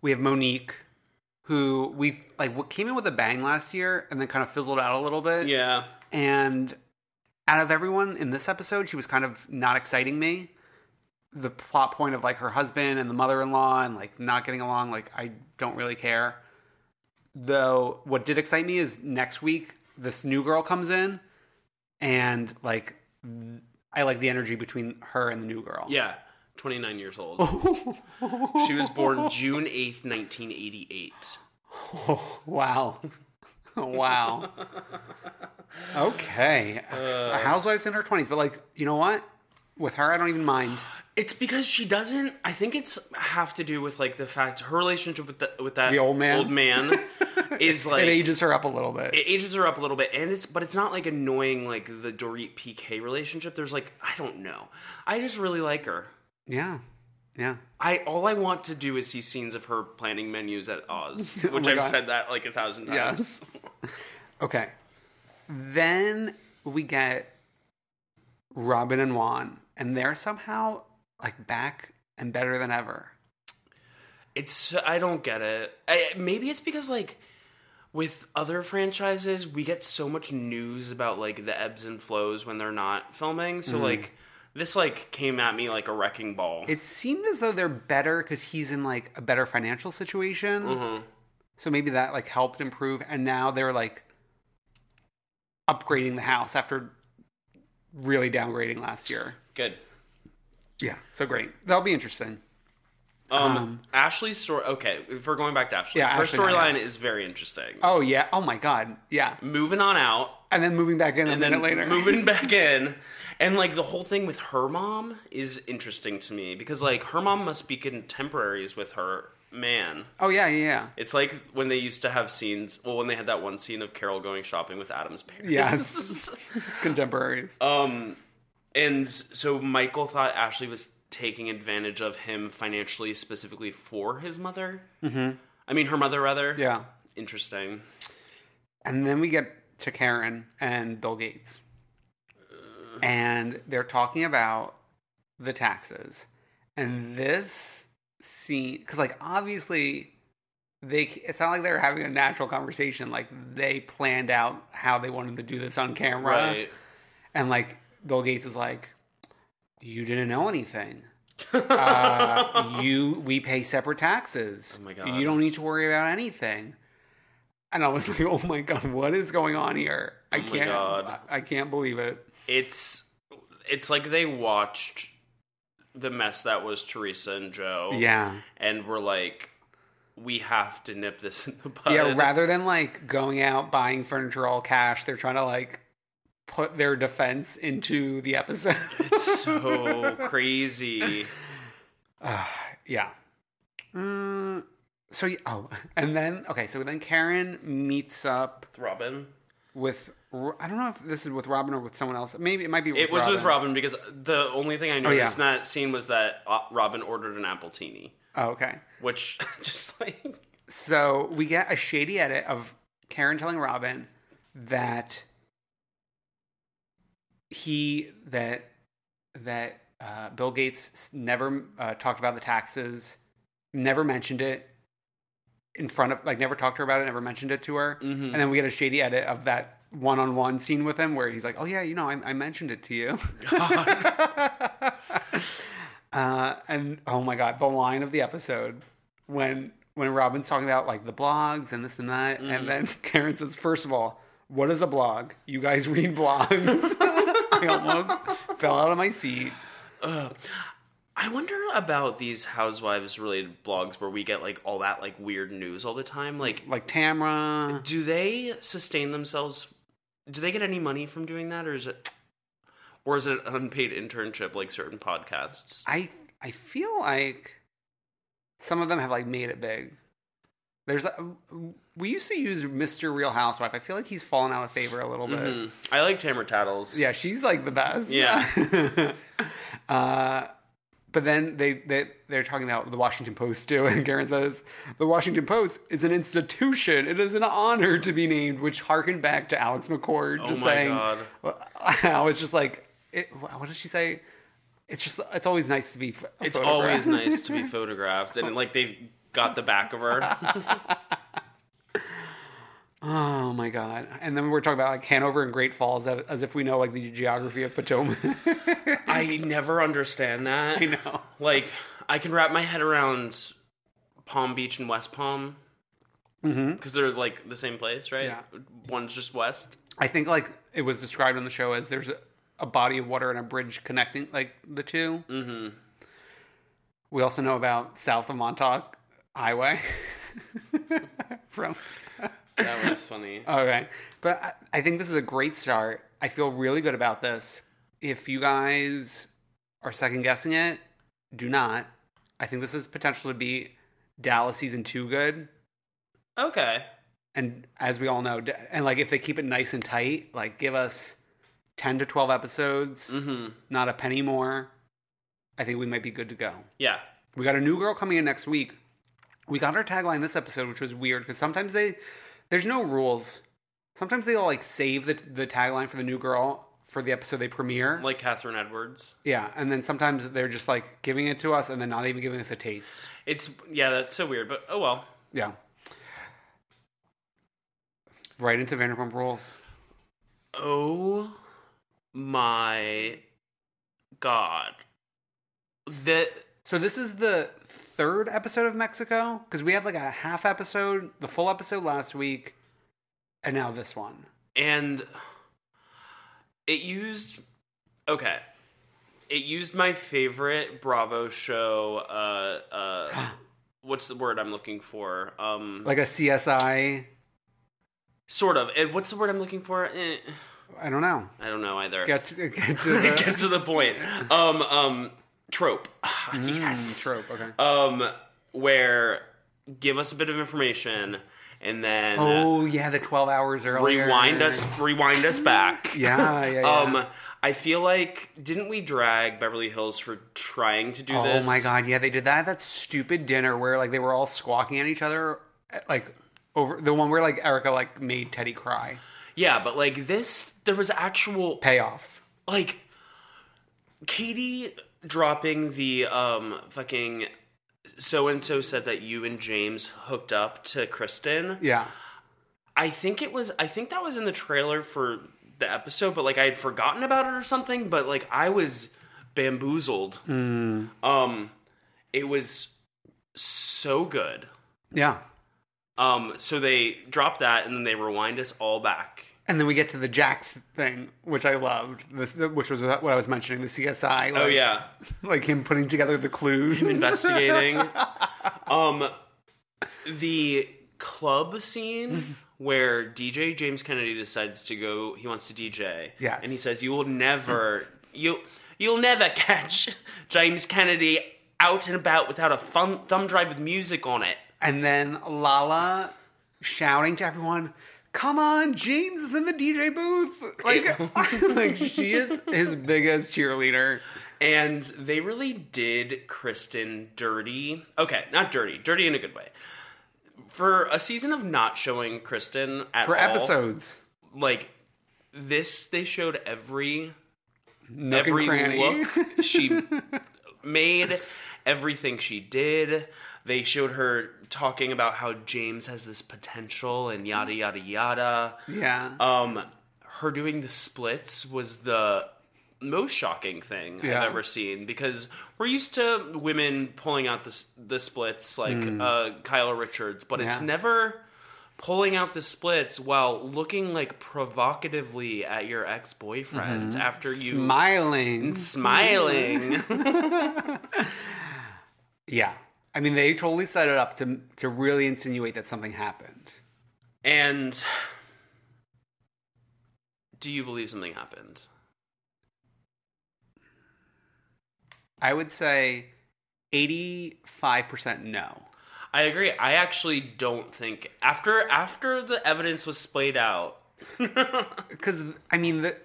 [SPEAKER 3] we have Monique who we like what came in with a bang last year and then kind of fizzled out a little bit.
[SPEAKER 2] Yeah.
[SPEAKER 3] And out of everyone in this episode, she was kind of not exciting me. The plot point of like her husband and the mother in law and like not getting along, like I don't really care. Though what did excite me is next week this new girl comes in and like I like the energy between her and the new girl. [LAUGHS]
[SPEAKER 2] Yeah. 29 years old. she was born June 8th, 1988.
[SPEAKER 3] Wow. [LAUGHS] wow. Okay. a housewife's in her 20s, but like, you know what? With her, I don't even mind.
[SPEAKER 2] It's because she doesn't. I think it's have to do with like the fact her relationship with the, with that
[SPEAKER 3] The old man?
[SPEAKER 2] old man
[SPEAKER 3] [LAUGHS]
[SPEAKER 2] is [LAUGHS] like
[SPEAKER 3] it ages her up a little bit.
[SPEAKER 2] it ages her up a little bit and it's but it's not like annoying like the Dorit PK relationship. There's like I don't know. I just really like her.
[SPEAKER 3] yeah. Yeah.
[SPEAKER 2] I all I want to do is see scenes of her planning menus at Oz,
[SPEAKER 3] [LAUGHS] Oh
[SPEAKER 2] which
[SPEAKER 3] my
[SPEAKER 2] I've
[SPEAKER 3] God.
[SPEAKER 2] said that like a thousand times.
[SPEAKER 3] [LAUGHS] Okay. Then we get Robin and Juan, and they're somehow like back and better than ever.
[SPEAKER 2] It's I don't get it. I, maybe it's because like with other franchises, we get so much news about like the ebbs and flows when they're not filming. So like this like came at me like a wrecking ball.
[SPEAKER 3] Mm-hmm. It seemed as though they're better because he's in like a better financial situation.
[SPEAKER 2] Mhm.
[SPEAKER 3] So maybe that like helped improve. And now they're like upgrading the house after really downgrading last year.
[SPEAKER 2] Good.
[SPEAKER 3] Yeah, so great. That'll be interesting.
[SPEAKER 2] Um, Ashley's story. Okay, if we're going back to Ashley,
[SPEAKER 3] Yeah,
[SPEAKER 2] her
[SPEAKER 3] Ashley now,
[SPEAKER 2] storyline
[SPEAKER 3] yeah.
[SPEAKER 2] is very interesting.
[SPEAKER 3] Oh yeah. Oh my god. Yeah.
[SPEAKER 2] Moving on out,
[SPEAKER 3] and then moving back in a
[SPEAKER 2] and then
[SPEAKER 3] minute later.
[SPEAKER 2] moving [LAUGHS] back in, and like the whole thing with her mom is interesting to me because like her mom must be contemporaries with her man.
[SPEAKER 3] [LAUGHS] Oh yeah, yeah, yeah.
[SPEAKER 2] It's like when they used to have scenes. Well, when they had that one scene of Carol going shopping with Adam's parents.
[SPEAKER 3] Yes. [LAUGHS] Contemporaries.
[SPEAKER 2] [LAUGHS] Um, and so Michael thought Ashley was taking advantage of him financially, specifically for his mother.
[SPEAKER 3] Mhm.
[SPEAKER 2] I mean, her mother, rather.
[SPEAKER 3] Yeah.
[SPEAKER 2] Interesting.
[SPEAKER 3] And then we get to Karen and Bill Gates. And they're talking about the taxes. And this scene, because, like, obviously, they it's not like they're having a natural conversation. Like, they planned out how they wanted to do this on camera.
[SPEAKER 2] Right.
[SPEAKER 3] And, like, Bill Gates is like, You didn't
[SPEAKER 2] [LAUGHS]
[SPEAKER 3] know anything. uh, you we pay separate taxes. Oh my
[SPEAKER 2] God.
[SPEAKER 3] You don't need to worry about anything. And I was like, "Oh my god, what is going on here? I
[SPEAKER 2] Oh my
[SPEAKER 3] can't,
[SPEAKER 2] God.
[SPEAKER 3] I, I can't believe it."
[SPEAKER 2] It's it's like they watched the mess that was Teresa and Joe.
[SPEAKER 3] Yeah.
[SPEAKER 2] And were like, we have to nip this in the bud. [LAUGHS]
[SPEAKER 3] yeah, rather than like going out buying furniture all cash, they're trying to like put their defense into the
[SPEAKER 2] [LAUGHS]
[SPEAKER 3] episode. [LAUGHS]
[SPEAKER 2] It's so crazy.
[SPEAKER 3] yeah. Mm, so y- oh, and then okay, so then Karen meets up
[SPEAKER 2] Robin.
[SPEAKER 3] with Ro- I don't know if this is with Robin or with someone else. Maybe it might be. With
[SPEAKER 2] It was with Robin because the only thing I
[SPEAKER 3] Oh, yeah.
[SPEAKER 2] noticed in that scene was that uh, Robin ordered an apple teeny,
[SPEAKER 3] Oh, okay.
[SPEAKER 2] which [LAUGHS] just like
[SPEAKER 3] So we get a shady edit of Karen telling Robin that he that that uh, Bill Gates s- never uh, talked about the taxes, never mentioned it in front of like never talked to her about it, never mentioned it to her,
[SPEAKER 2] Mm-hmm.
[SPEAKER 3] and then we get a shady edit of that one-on-one scene with him where he's like, "Oh yeah, you know, I, I mentioned it to you." [LAUGHS] Uh, and oh my god, the line of the episode when when Robin's talking about like the blogs and this and that, and then [LAUGHS] Karen says, first of all, what is a blog? You guys read blogs." [LAUGHS] I almost fell out of my seat.
[SPEAKER 2] Ugh. I wonder about these housewives related blogs where we get like all that like weird news all the time. Like
[SPEAKER 3] like Tamra.
[SPEAKER 2] Do they sustain themselves? Do they get any money from doing that, or is it, or is it an unpaid internship like certain podcasts?
[SPEAKER 3] I I feel like some of them have like made it big. There's a, we used to use Mr. Real Housewife. I feel like he's fallen out of favor a little bit.
[SPEAKER 2] Mhm. I like Tamra Tattles.
[SPEAKER 3] Yeah, she's like the best.
[SPEAKER 2] Yeah.
[SPEAKER 3] [LAUGHS] uh, but then they, they they're talking about the Washington Post too, [LAUGHS] and Karen says the Washington Post is an institution. It is an honor to be named, which harkened back to Alex McCord
[SPEAKER 2] Oh
[SPEAKER 3] just
[SPEAKER 2] my
[SPEAKER 3] saying.
[SPEAKER 2] God.
[SPEAKER 3] [LAUGHS] I was just like, it, what did she say? It's just it's always nice to be. ph-
[SPEAKER 2] It's
[SPEAKER 3] photographed.
[SPEAKER 2] always
[SPEAKER 3] [LAUGHS]
[SPEAKER 2] nice to be photographed, and like they've got the back of
[SPEAKER 3] [LAUGHS]
[SPEAKER 2] her.
[SPEAKER 3] Oh my god! And then we were talking about like Hanover and Great Falls, as as if we know like the geography of Potomac.
[SPEAKER 2] I never understand that. I
[SPEAKER 3] know.
[SPEAKER 2] Like I can wrap my head around Palm Beach and West Palm
[SPEAKER 3] mm-hmm.
[SPEAKER 2] because they're like the same place, right?
[SPEAKER 3] Yeah.
[SPEAKER 2] One's just west.
[SPEAKER 3] I think like it was described on the show as there's a, a body of water and a bridge connecting like the 2
[SPEAKER 2] Mm-hmm.
[SPEAKER 3] We also know about south of Montauk Highway [LAUGHS] from.
[SPEAKER 2] That was funny.
[SPEAKER 3] Okay, but I, I think this is a great start. I feel really good about this. If you guys are second guessing it, do not. I think this is potential to be Dallas season two good.
[SPEAKER 2] Okay.
[SPEAKER 3] and as we all know, d- and like if they keep it nice and tight, like give us ten to twelve episodes,
[SPEAKER 2] Mhm.
[SPEAKER 3] not a penny more. I think we might be good to go.
[SPEAKER 2] Yeah.
[SPEAKER 3] We got a new girl coming in next week. We got our tagline this episode, which was weird because sometimes they there's no rules. Sometimes they'll like save the the tagline for the new girl for the episode they premiere.
[SPEAKER 2] Like Catherine Edwards.
[SPEAKER 3] yeah, and then sometimes they're just like giving it to us and then not even giving us a taste.
[SPEAKER 2] It's yeah, that's so weird, but oh well.
[SPEAKER 3] Yeah. Right into Vanderpump Rules.
[SPEAKER 2] Oh my god. The
[SPEAKER 3] So this is the third episode of Mexico because we had like a half episode, the full episode last week, and now this one.
[SPEAKER 2] and it used okay. it used my favorite Bravo show. Uh,
[SPEAKER 3] [GASPS]
[SPEAKER 2] uh, what's the word I'm looking for? Um,
[SPEAKER 3] Like a CSI.
[SPEAKER 2] sort of. Eh, what's the word I'm looking for? Eh,
[SPEAKER 3] I don't know.
[SPEAKER 2] I don't know either.
[SPEAKER 3] Get to, get to the
[SPEAKER 2] [LAUGHS] Get to the
[SPEAKER 3] [LAUGHS]
[SPEAKER 2] point. Um, um, trope. [SIGHS] Ah,
[SPEAKER 3] Mm,
[SPEAKER 2] yes.
[SPEAKER 3] trope, okay.
[SPEAKER 2] Um, where give us a bit of information and then
[SPEAKER 3] oh yeah, the twelve hours earlier.
[SPEAKER 2] rewind us rewind us back
[SPEAKER 3] Yeah, yeah, yeah.
[SPEAKER 2] [LAUGHS] um i feel like didn't we drag beverly hills for trying to do
[SPEAKER 3] oh
[SPEAKER 2] this
[SPEAKER 3] my god, yeah, they did that. at That stupid dinner where like they were all squawking at each other, eh, like over the one where like Erica like made Teddy cry.
[SPEAKER 2] yeah but like this there was actual
[SPEAKER 3] Payoff.
[SPEAKER 2] like katie dropping the um fucking so and so said that you and james hooked up to kristen
[SPEAKER 3] Yeah.
[SPEAKER 2] I think it was I think that was in the trailer for the episode, but like I had forgotten about it or something, but like I was bamboozled. Um it was so good.
[SPEAKER 3] Yeah.
[SPEAKER 2] Um so they dropped that and then they rewind us all back.
[SPEAKER 3] And then we get to the Jax thing, which I loved. This, which was what I was mentioning, the CSI.
[SPEAKER 2] oh
[SPEAKER 3] like-
[SPEAKER 2] yeah.
[SPEAKER 3] like him putting together the clues, [LAUGHS]
[SPEAKER 2] Investigating. um the club scene
[SPEAKER 3] Mm-hmm.
[SPEAKER 2] where DJ James Kennedy decides to go he wants to DJ.
[SPEAKER 3] Yes.
[SPEAKER 2] And he says you will never you you'll never catch James Kennedy out and about without a fun, thumb drive with music on it.
[SPEAKER 3] and then Lala shouting to everyone, "Come on, James is in the DJ booth!"
[SPEAKER 2] [LAUGHS]
[SPEAKER 3] Like, like she is his biggest cheerleader.
[SPEAKER 2] And they really did Kristen dirty. Okay, not dirty, dirty in a good way. For a season of not showing Kristen at
[SPEAKER 3] for
[SPEAKER 2] all,
[SPEAKER 3] episodes.
[SPEAKER 2] like this they showed every
[SPEAKER 3] Nook
[SPEAKER 2] every
[SPEAKER 3] and cranny.
[SPEAKER 2] look she made everything she did they showed her talking about how james has this potential and yada yada yada
[SPEAKER 3] [LAUGHS] Yeah.
[SPEAKER 2] um her doing the splits was the most shocking thing
[SPEAKER 3] Yeah.
[SPEAKER 2] i've ever seen because we're used to women pulling out the, s- the splits like
[SPEAKER 3] Mm.
[SPEAKER 2] uh kyla richards but it's
[SPEAKER 3] Yeah.
[SPEAKER 2] never pulling out the splits while looking like provocatively at your ex-boyfriend
[SPEAKER 3] Mhm.
[SPEAKER 2] after you
[SPEAKER 3] smiling,
[SPEAKER 2] smiling
[SPEAKER 3] Mm-hmm. [LAUGHS] yeah, I mean they totally set it up to to really insinuate that something happened.
[SPEAKER 2] [LAUGHS] and do you believe something happened
[SPEAKER 3] I would say eighty five percent no.
[SPEAKER 2] i agree i actually don't think after after the evidence was splayed out
[SPEAKER 3] because I mean the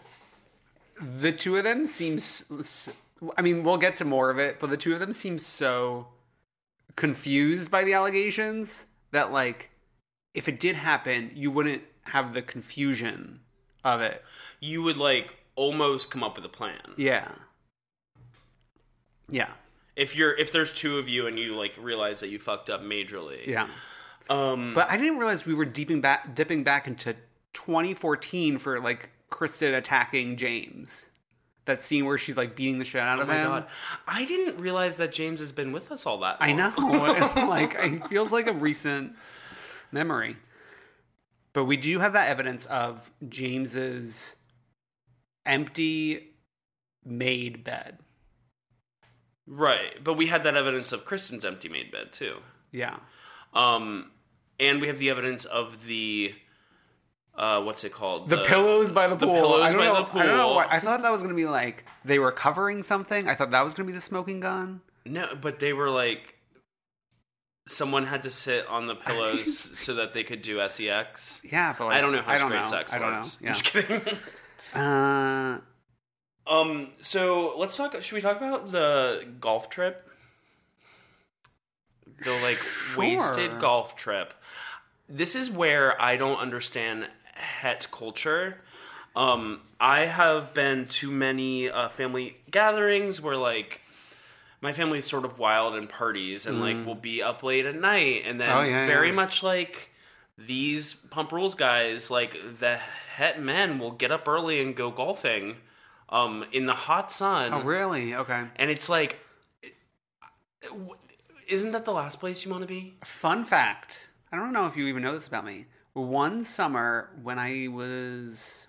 [SPEAKER 3] the two of them seem. s- s- I mean, we'll get to more of it, but the two of them seem so confused by the allegations that like if it did happen, you wouldn't have the confusion of it.
[SPEAKER 2] you would like almost come up with a plan
[SPEAKER 3] Yeah. Yeah.
[SPEAKER 2] if you're if there's two of you and you like realize that you fucked up majorly
[SPEAKER 3] Yeah.
[SPEAKER 2] um
[SPEAKER 3] But I didn't realize we were deeping back dipping back into 2014 for like Kristen attacking James. That scene where she's like beating the shit out
[SPEAKER 2] oh
[SPEAKER 3] of
[SPEAKER 2] my
[SPEAKER 3] him.
[SPEAKER 2] god Oh. i didn't realize that james has been with us all that
[SPEAKER 3] I
[SPEAKER 2] long.
[SPEAKER 3] know. [LAUGHS]
[SPEAKER 2] [LAUGHS]
[SPEAKER 3] And, like it feels like a recent memory. But we do have that evidence of James's empty made bed.
[SPEAKER 2] right but we had that evidence of kristen's empty made bed too
[SPEAKER 3] Yeah.
[SPEAKER 2] Um, and we have the evidence of the, uh, what's it called?
[SPEAKER 3] The, pillows by the
[SPEAKER 2] the
[SPEAKER 3] pool.
[SPEAKER 2] pillows
[SPEAKER 3] I don't
[SPEAKER 2] by
[SPEAKER 3] know,
[SPEAKER 2] the
[SPEAKER 3] I don't know
[SPEAKER 2] pool.
[SPEAKER 3] why. I thought that was going to be like they were covering something. I thought that was going to be the smoking gun.
[SPEAKER 2] No, but they were like, someone had to sit on the pillows
[SPEAKER 3] [LAUGHS]
[SPEAKER 2] so that they could do sex.
[SPEAKER 3] Yeah, but like,
[SPEAKER 2] I don't know how
[SPEAKER 3] I don't
[SPEAKER 2] straight
[SPEAKER 3] know.
[SPEAKER 2] sex
[SPEAKER 3] I don't
[SPEAKER 2] works.
[SPEAKER 3] know. Yeah.
[SPEAKER 2] I'm just kidding. [LAUGHS]
[SPEAKER 3] Uh,
[SPEAKER 2] um, so let's talk. Should we talk about the golf trip? The like wasted
[SPEAKER 3] Sure.
[SPEAKER 2] golf trip. This is where I don't understand het culture. Um, I have been to many uh, family gatherings where like my family's sort of wild and parties and like
[SPEAKER 3] Mm.
[SPEAKER 2] we'll be up late at night and then
[SPEAKER 3] Oh, yeah,
[SPEAKER 2] very
[SPEAKER 3] yeah.
[SPEAKER 2] much like these pump rules guys like the het men will get up early and go golfing um in the hot sun
[SPEAKER 3] oh, really? Okay.
[SPEAKER 2] and it's like isn't that the last place you want to be
[SPEAKER 3] Fun fact I don't know if you even know this about me. One summer when I was,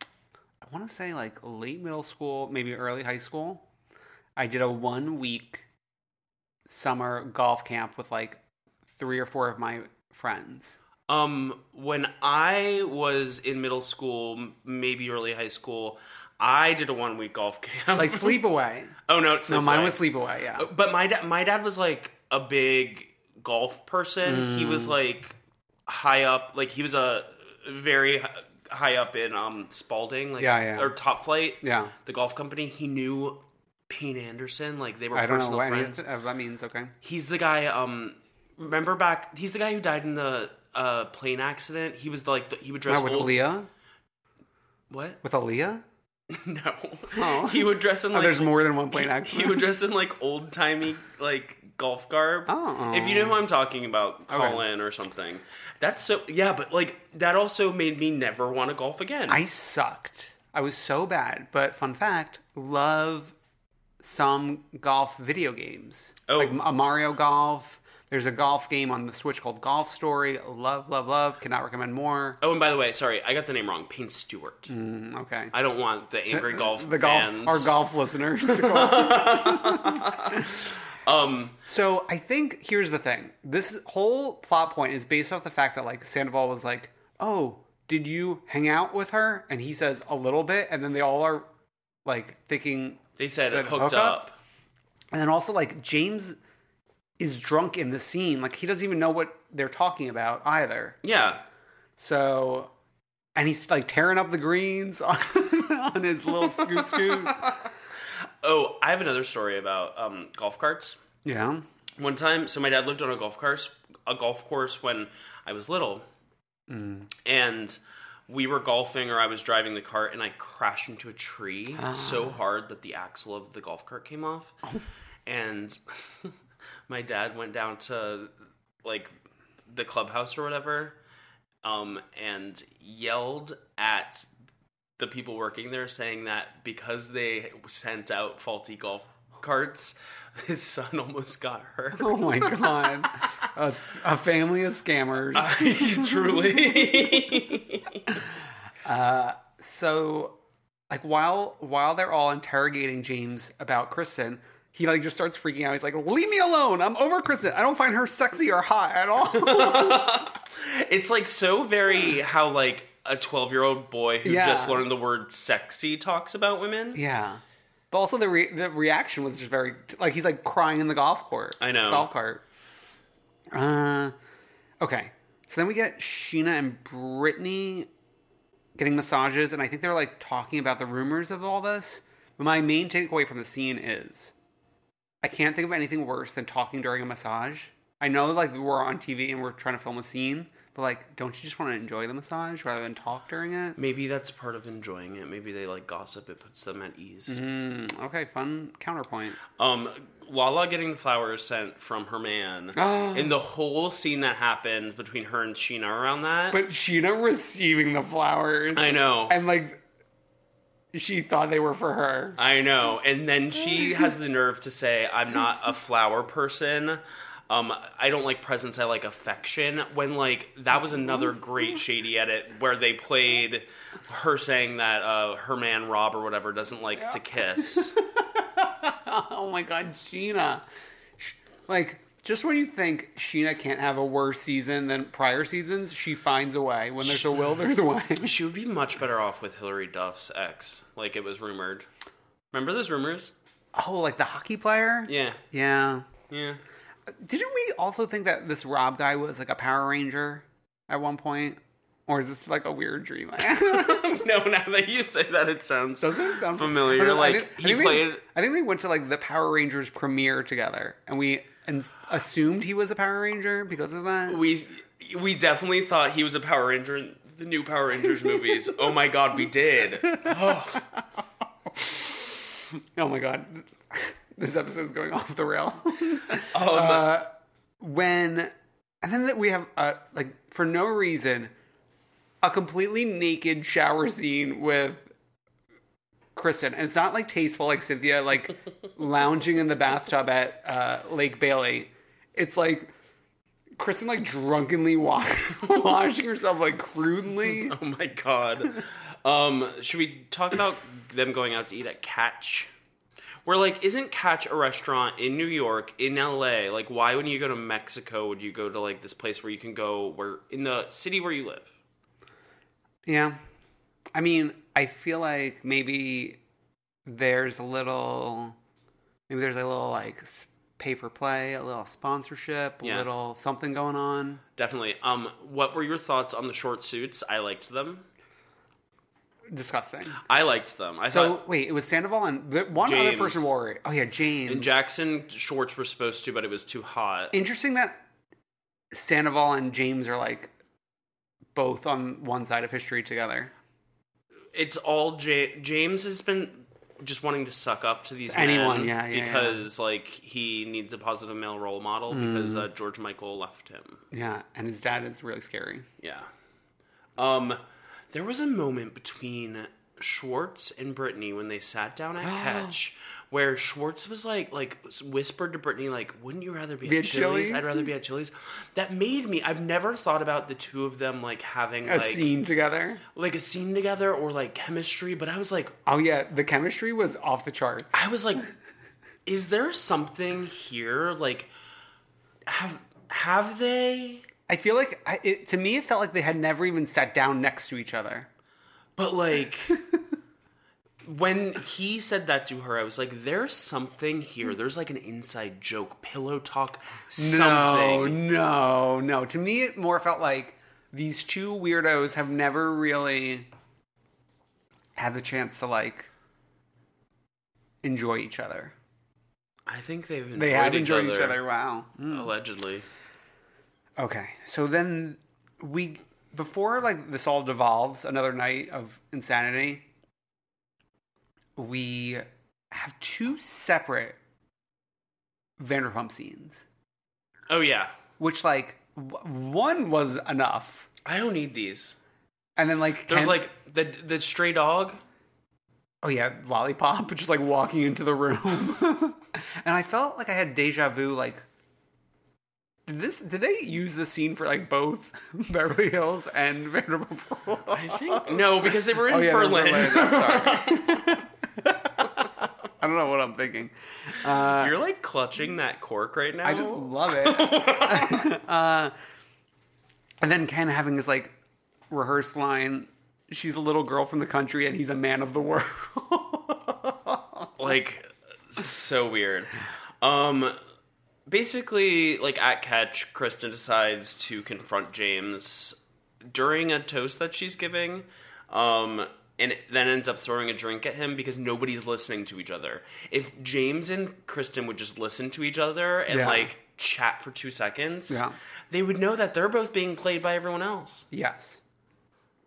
[SPEAKER 3] I want to say like late middle school, maybe early high school, I did a one week summer golf camp with like three or four of my
[SPEAKER 2] [LAUGHS]
[SPEAKER 3] friends.
[SPEAKER 2] Um, when I was in middle school, m- maybe early high school, I did a one week golf [LAUGHS] camp,
[SPEAKER 3] Like sleepaway.
[SPEAKER 2] Oh no, it's
[SPEAKER 3] no,
[SPEAKER 2] Sleepaway.
[SPEAKER 3] mine was sleepaway. Yeah.
[SPEAKER 2] Uh, But my dad, my dad was like a big golf person. He was
[SPEAKER 3] Mm.
[SPEAKER 2] like high up, like he was a very h- high up in um Spalding, like
[SPEAKER 3] Yeah, yeah.
[SPEAKER 2] or Top Flight,
[SPEAKER 3] Yeah.
[SPEAKER 2] the golf company. He knew Payne Anderson, like they were
[SPEAKER 3] I don't
[SPEAKER 2] personal
[SPEAKER 3] know what any
[SPEAKER 2] friends.
[SPEAKER 3] of th- of that means. Okay.
[SPEAKER 2] He's the guy. Um, remember back? He's the guy who died in the uh plane accident. He was like the, he would dress
[SPEAKER 3] Not with
[SPEAKER 2] old-
[SPEAKER 3] Leah.
[SPEAKER 2] What? [LAUGHS]
[SPEAKER 3] With Aaliyah?
[SPEAKER 2] No.
[SPEAKER 3] Oh.
[SPEAKER 2] He would dress in
[SPEAKER 3] Oh,
[SPEAKER 2] like [LAUGHS]
[SPEAKER 3] there's more [LAUGHS] than one plane accident.
[SPEAKER 2] He would dress in like old timey like golf garb.
[SPEAKER 3] Oh.
[SPEAKER 2] If you know who I'm talking about,
[SPEAKER 3] Okay.
[SPEAKER 2] call in or something. That's so yeah, but like that also made me never want to golf again.
[SPEAKER 3] I sucked. I was so bad. But fun fact, love some golf video games.
[SPEAKER 2] Oh.
[SPEAKER 3] Like a Mario Golf. There's a golf game on the Switch called Golf Story. Love, love, love. Cannot recommend more.
[SPEAKER 2] Oh, and by the way, sorry, I got the name wrong. Payne Stewart.
[SPEAKER 3] Mm, okay.
[SPEAKER 2] I don't want the angry golf
[SPEAKER 3] The golf
[SPEAKER 2] fans.
[SPEAKER 3] our golf listeners.
[SPEAKER 2] [LAUGHS]
[SPEAKER 3] [LAUGHS]
[SPEAKER 2] um
[SPEAKER 3] So I think here's the thing. This whole plot point is based off the fact that like Sandoval was like, "Oh, did you hang out with her?" And he says a little bit, and then they all are like thinking
[SPEAKER 2] they said
[SPEAKER 3] that
[SPEAKER 2] hooked
[SPEAKER 3] hookup.
[SPEAKER 2] up.
[SPEAKER 3] And then also like James is drunk in the scene. Like he doesn't even know what they're talking about either.
[SPEAKER 2] Yeah.
[SPEAKER 3] So and he's like tearing up the greens [LAUGHS] on, on his little scoot scoot.
[SPEAKER 2] Oh, I have another story about um golf carts.
[SPEAKER 3] Yeah.
[SPEAKER 2] One time, so my dad lived on a golf course, a golf course when I was little,
[SPEAKER 3] Mm.
[SPEAKER 2] and we were golfing or I was driving the cart and I crashed into a tree
[SPEAKER 3] Ah. Oh.
[SPEAKER 2] so hard that the axle of the golf cart came off.
[SPEAKER 3] [LAUGHS]
[SPEAKER 2] And [LAUGHS] my dad went down to like the clubhouse or whatever um and yelled at the people working there saying that because they sent out faulty golf carts [LAUGHS] his son almost got hurt. [LAUGHS]
[SPEAKER 3] Oh my god. a, s- a family of scammers. [LAUGHS]
[SPEAKER 2] truly.
[SPEAKER 3] uh, so, like while while they're all interrogating James about Kristen, he like just starts freaking out. He's like, "Leave me alone! I'm over Kristen. I don't find her sexy or hot at all."
[SPEAKER 2] It's like so very how like a 12-year-old boy who
[SPEAKER 3] Yeah.
[SPEAKER 2] just learned the word sexy talks about women.
[SPEAKER 3] yeah, but also the re- the reaction was just very like he's like crying in the golf court.
[SPEAKER 2] I know.
[SPEAKER 3] golf cart. Uh, okay. So then we get Sheena and Brittany getting massages, and I think they're like talking about the rumors of all this. But my main takeaway from the scene is I can't think of anything worse than talking during a massage. I know like we're on TV and we're trying to film a scene, but like, don't you just want to enjoy the massage rather than talk during it?
[SPEAKER 2] Maybe that's part of enjoying it. Maybe they like gossip. It puts them at ease.
[SPEAKER 3] Mm, okay, fun counterpoint.
[SPEAKER 2] Um, Lala getting the flowers sent from her
[SPEAKER 3] [GASPS]
[SPEAKER 2] man,
[SPEAKER 3] Oh.
[SPEAKER 2] and the whole scene that happens between her and Sheena around that.
[SPEAKER 3] But Sheena receiving the flowers.
[SPEAKER 2] I know.
[SPEAKER 3] And like, she thought they were for her.
[SPEAKER 2] I know, and then she has the nerve to say, "I'm not a flower person." Um, I don't like presents. I like affection. When like that was another great shady edit where they played her saying that uh, her man Rob or whatever doesn't like to kiss.
[SPEAKER 3] [LAUGHS] oh my god, Sheena. Sh- Like, just when you think Sheena can't have a worse season than prior seasons, she finds a way. When there's a will, there's [LAUGHS] a way.
[SPEAKER 2] she would be much better off with Hillary Duff's ex, like it was rumored. Remember those rumors?
[SPEAKER 3] Oh, like the hockey player?
[SPEAKER 2] Yeah,
[SPEAKER 3] Yeah.
[SPEAKER 2] yeah. [LAUGHS]
[SPEAKER 3] Didn't we also think that this Rob guy was like a Power Ranger at one point? Or is this like a weird dream? I had? [LAUGHS]
[SPEAKER 2] no, now that you say that, it sounds
[SPEAKER 3] Doesn't it
[SPEAKER 2] [LAUGHS]
[SPEAKER 3] sound
[SPEAKER 2] familiar.
[SPEAKER 3] I don't know, I
[SPEAKER 2] like
[SPEAKER 3] think- I
[SPEAKER 2] he
[SPEAKER 3] think they-
[SPEAKER 2] played.
[SPEAKER 3] I think they went to like the Power Rangers premiere together, and we and assumed he was a Power Ranger because of that.
[SPEAKER 2] We we definitely thought he was a Power Ranger in the new Power Rangers
[SPEAKER 3] [LAUGHS]
[SPEAKER 2] movies. oh my god, we did. Oh.
[SPEAKER 3] Oh my god, [LAUGHS] this episode's going off the rails.
[SPEAKER 2] Um,
[SPEAKER 3] [LAUGHS] Uh, when and then that we have uh, like for no reason a completely naked shower scene with Kristen, and it's not like tasteful like Cynthia like lounging in the bathtub at uh, Lake Bailey. It's like Kristen like drunkenly wa- [LAUGHS] washing herself like crudely.
[SPEAKER 2] oh my god. Um, should we talk about them going out to eat at Catch? We're like, isn't Catch a restaurant in New York, in LA? Like, why when you go to Mexico would you go to like this place where you can go where in the city where you live?
[SPEAKER 3] Yeah. I mean, I feel like maybe there's a little, maybe there's a little like s- pay for play, a little sponsorship, a
[SPEAKER 2] Yeah.
[SPEAKER 3] little something going on.
[SPEAKER 2] Definitely. Um, what were your thoughts on the short suits? I liked them.
[SPEAKER 3] Disgusting.
[SPEAKER 2] I liked them. I
[SPEAKER 3] so
[SPEAKER 2] thought
[SPEAKER 3] wait, it was Sandoval and the, one other
[SPEAKER 2] James.
[SPEAKER 3] person wore it. Oh yeah, James.
[SPEAKER 2] and Jackson shorts were supposed to, but it was too hot.
[SPEAKER 3] Interesting that Sandoval and James are like both on one side of history together.
[SPEAKER 2] it's all J- James has been just wanting to suck up to these
[SPEAKER 3] Anyone,
[SPEAKER 2] men
[SPEAKER 3] yeah, yeah, yeah.
[SPEAKER 2] because like he needs a positive male role model because
[SPEAKER 3] Mm.
[SPEAKER 2] uh, George Michael left him.
[SPEAKER 3] Yeah, and his dad is really scary.
[SPEAKER 2] Yeah. Um, there was a moment between Schwartz and Brittany when they sat down
[SPEAKER 3] [GASPS]
[SPEAKER 2] at Catch where Schwartz was like, like whispered to Brittany, like, "Wouldn't you rather be,
[SPEAKER 3] Be
[SPEAKER 2] at
[SPEAKER 3] at
[SPEAKER 2] Chili's?
[SPEAKER 3] Chili's?"
[SPEAKER 2] I'd rather be at Chili's." That made me. I've never thought about the two of them like having
[SPEAKER 3] A
[SPEAKER 2] like
[SPEAKER 3] scene together.
[SPEAKER 2] like a scene together or like chemistry. But I was like,
[SPEAKER 3] Oh yeah, the chemistry was off the charts.
[SPEAKER 2] I was like, is there something here? Like, have have they?
[SPEAKER 3] I feel like I, it, to me, it felt like they had never even sat down next to each other.
[SPEAKER 2] But like, when he said that to her, I was like, there's something here. There's like an inside joke, pillow talk,
[SPEAKER 3] No,
[SPEAKER 2] something.
[SPEAKER 3] no, no. To me, it more felt like these two weirdos have never really had the chance to like enjoy each other.
[SPEAKER 2] I think they've enjoyed
[SPEAKER 3] They have
[SPEAKER 2] each
[SPEAKER 3] enjoyed
[SPEAKER 2] other. mm,
[SPEAKER 3] each other. Mm. Wow. Hmm.
[SPEAKER 2] Allegedly.
[SPEAKER 3] Okay, so then we before like this all devolves another night of insanity. We have two separate Vanderpump scenes,
[SPEAKER 2] Oh yeah.
[SPEAKER 3] which like w- one was enough,
[SPEAKER 2] I don't need these.
[SPEAKER 3] and then like
[SPEAKER 2] There's
[SPEAKER 3] Ken-
[SPEAKER 2] like the the stray dog.
[SPEAKER 3] oh yeah, lollipop [LAUGHS] just like walking into the room, [LAUGHS] and I felt like I had deja vu. Like, did this? Did they use the scene for like both [LAUGHS] Beverly Hills and Vanderpump Rules? I [LAUGHS]
[SPEAKER 2] think no, because they were in
[SPEAKER 3] Oh, yeah, they're in
[SPEAKER 2] Berlin. [LAUGHS]
[SPEAKER 3] I don't know what I'm thinking. Uh,
[SPEAKER 2] You're like clutching that cork right now.
[SPEAKER 3] I just love it.
[SPEAKER 2] [LAUGHS]
[SPEAKER 3] uh, and then Ken having his like rehearsed line. She's a little girl from the country, and he's a man of the world. [LAUGHS]
[SPEAKER 2] like so weird um basically like at catch kristen decides to confront james during a toast that she's giving um and then ends up throwing a drink at him because nobody's listening to each other if james and kristen would just listen to each other and
[SPEAKER 3] Yeah.
[SPEAKER 2] like chat for two seconds
[SPEAKER 3] Yeah.
[SPEAKER 2] they would know that they're both being played by everyone else
[SPEAKER 3] Yes.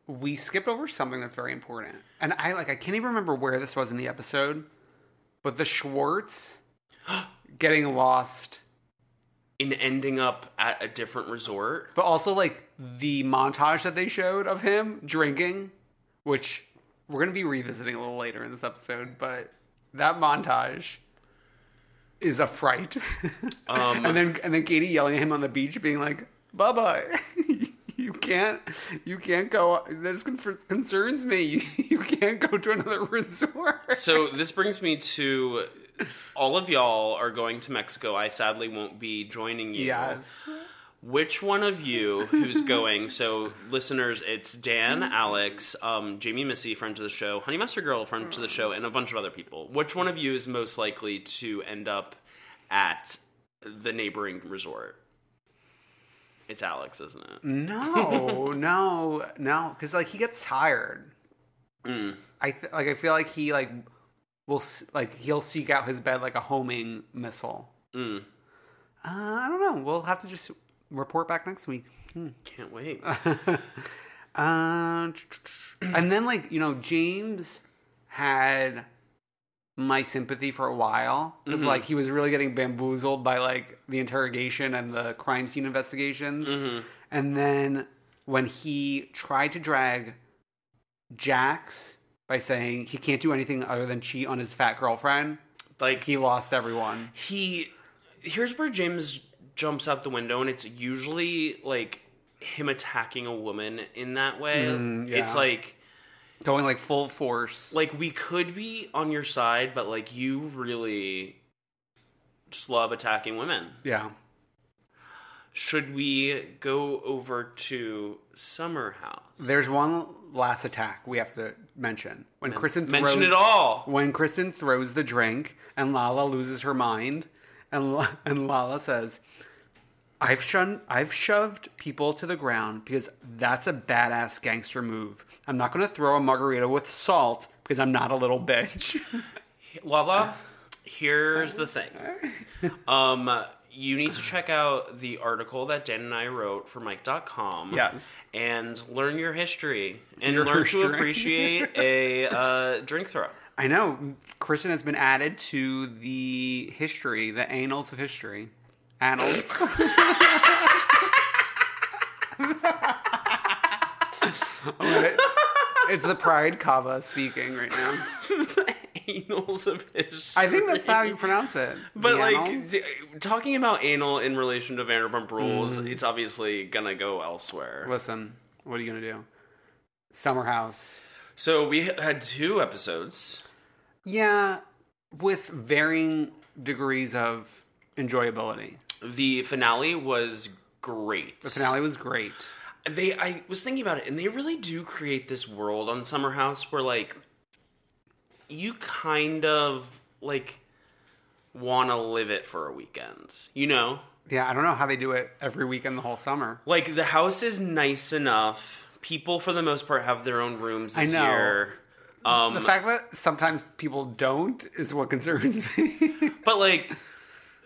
[SPEAKER 3] We skipped over something that's very important. And I like I can't even remember where this was in the episode, but the Schwartz [GASPS] getting lost,
[SPEAKER 2] in ending up at a different resort
[SPEAKER 3] but also like the montage that they showed of him drinking, which we're going to be revisiting a little later in this episode, but that montage is a fright. [LAUGHS]
[SPEAKER 2] Um,
[SPEAKER 3] and then and then Katie yelling at him on the beach being like, "Bubba, [LAUGHS] you can't you can't go this con- concerns me. [LAUGHS] You, you can't go to another resort."
[SPEAKER 2] so this brings me to all of y'all are going to Mexico. I sadly won't be joining you.
[SPEAKER 3] Yes.
[SPEAKER 2] Which one of you who's going? So, listeners, it's Dan, Alex, um, Jamie Missy, friend to the show, Honey Mustard Girl, friend to the show, and a bunch of other people. Which one of you is most likely to end up at the neighboring resort? It's Alex, isn't it? [LAUGHS]
[SPEAKER 3] No, no, no, cuz like he gets tired.
[SPEAKER 2] Mm.
[SPEAKER 3] I th- like I feel like he like will s- like he'll seek out his bed like a homing missile.
[SPEAKER 2] Mm.
[SPEAKER 3] Uh, I don't know. We'll have to just report back next week. Hmm.
[SPEAKER 2] Can't wait.
[SPEAKER 3] [LAUGHS] Uh, and then like you know James had my sympathy for a while because
[SPEAKER 2] Mhm.
[SPEAKER 3] like he was really getting bamboozled by like the interrogation and the crime scene investigations
[SPEAKER 2] Mhm.
[SPEAKER 3] and then when he tried to drag Jax by saying he can't do anything other than cheat on his fat girlfriend
[SPEAKER 2] Like
[SPEAKER 3] he lost everyone
[SPEAKER 2] he here's where James jumps out the window, and it's usually like him attacking a woman in that way.
[SPEAKER 3] Mm, yeah.
[SPEAKER 2] It's like
[SPEAKER 3] Going like full force.
[SPEAKER 2] Like we could be on your side, but like you really just love attacking women.
[SPEAKER 3] Yeah.
[SPEAKER 2] Should we go over to Summer House?
[SPEAKER 3] There's one last attack we have to mention. When
[SPEAKER 2] Men-
[SPEAKER 3] Kristen throws,
[SPEAKER 2] mention it all.
[SPEAKER 3] When Kristen throws the drink and Lala loses her mind, and La- and Lala says, "I've shun I've shoved people to the ground because that's a badass gangster move. I'm not going to throw a margarita with salt because I'm not a little bitch." [LAUGHS]
[SPEAKER 2] Lala, here's the thing. Um, you need to check out the article that Dan and I wrote for Mike.com.
[SPEAKER 3] Yes.
[SPEAKER 2] And learn your history and
[SPEAKER 3] Your
[SPEAKER 2] learn to
[SPEAKER 3] history.
[SPEAKER 2] appreciate
[SPEAKER 3] [LAUGHS]
[SPEAKER 2] a uh, drink throw.
[SPEAKER 3] I know Kristen has been added to the history, the annals of history,
[SPEAKER 2] [LAUGHS]
[SPEAKER 3] annals. Alright. Oh, it's the Pride Kava speaking right now.
[SPEAKER 2] Annals of history.
[SPEAKER 3] I think that's how you pronounce it.
[SPEAKER 2] But
[SPEAKER 3] The
[SPEAKER 2] like
[SPEAKER 3] annals?
[SPEAKER 2] d- talking about anal in relation to Vanderpump Rules,
[SPEAKER 3] Mhm.
[SPEAKER 2] it's obviously gonna go elsewhere.
[SPEAKER 3] listen, what are you gonna do? Summer House.
[SPEAKER 2] So we had two episodes.
[SPEAKER 3] Yeah, with varying degrees of enjoyability.
[SPEAKER 2] The finale was great.
[SPEAKER 3] The finale was great.
[SPEAKER 2] They, I was thinking about it, and they really do create this world on Summer House where like you kind of like want to live it for a weekend. You know,
[SPEAKER 3] Yeah, I don't know how they do it every weekend the whole summer.
[SPEAKER 2] like the house is nice enough. People, for the most part, have their own rooms
[SPEAKER 3] I
[SPEAKER 2] this
[SPEAKER 3] know.
[SPEAKER 2] year. Um,
[SPEAKER 3] the fact that sometimes people don't is what concerns me. [LAUGHS]
[SPEAKER 2] But like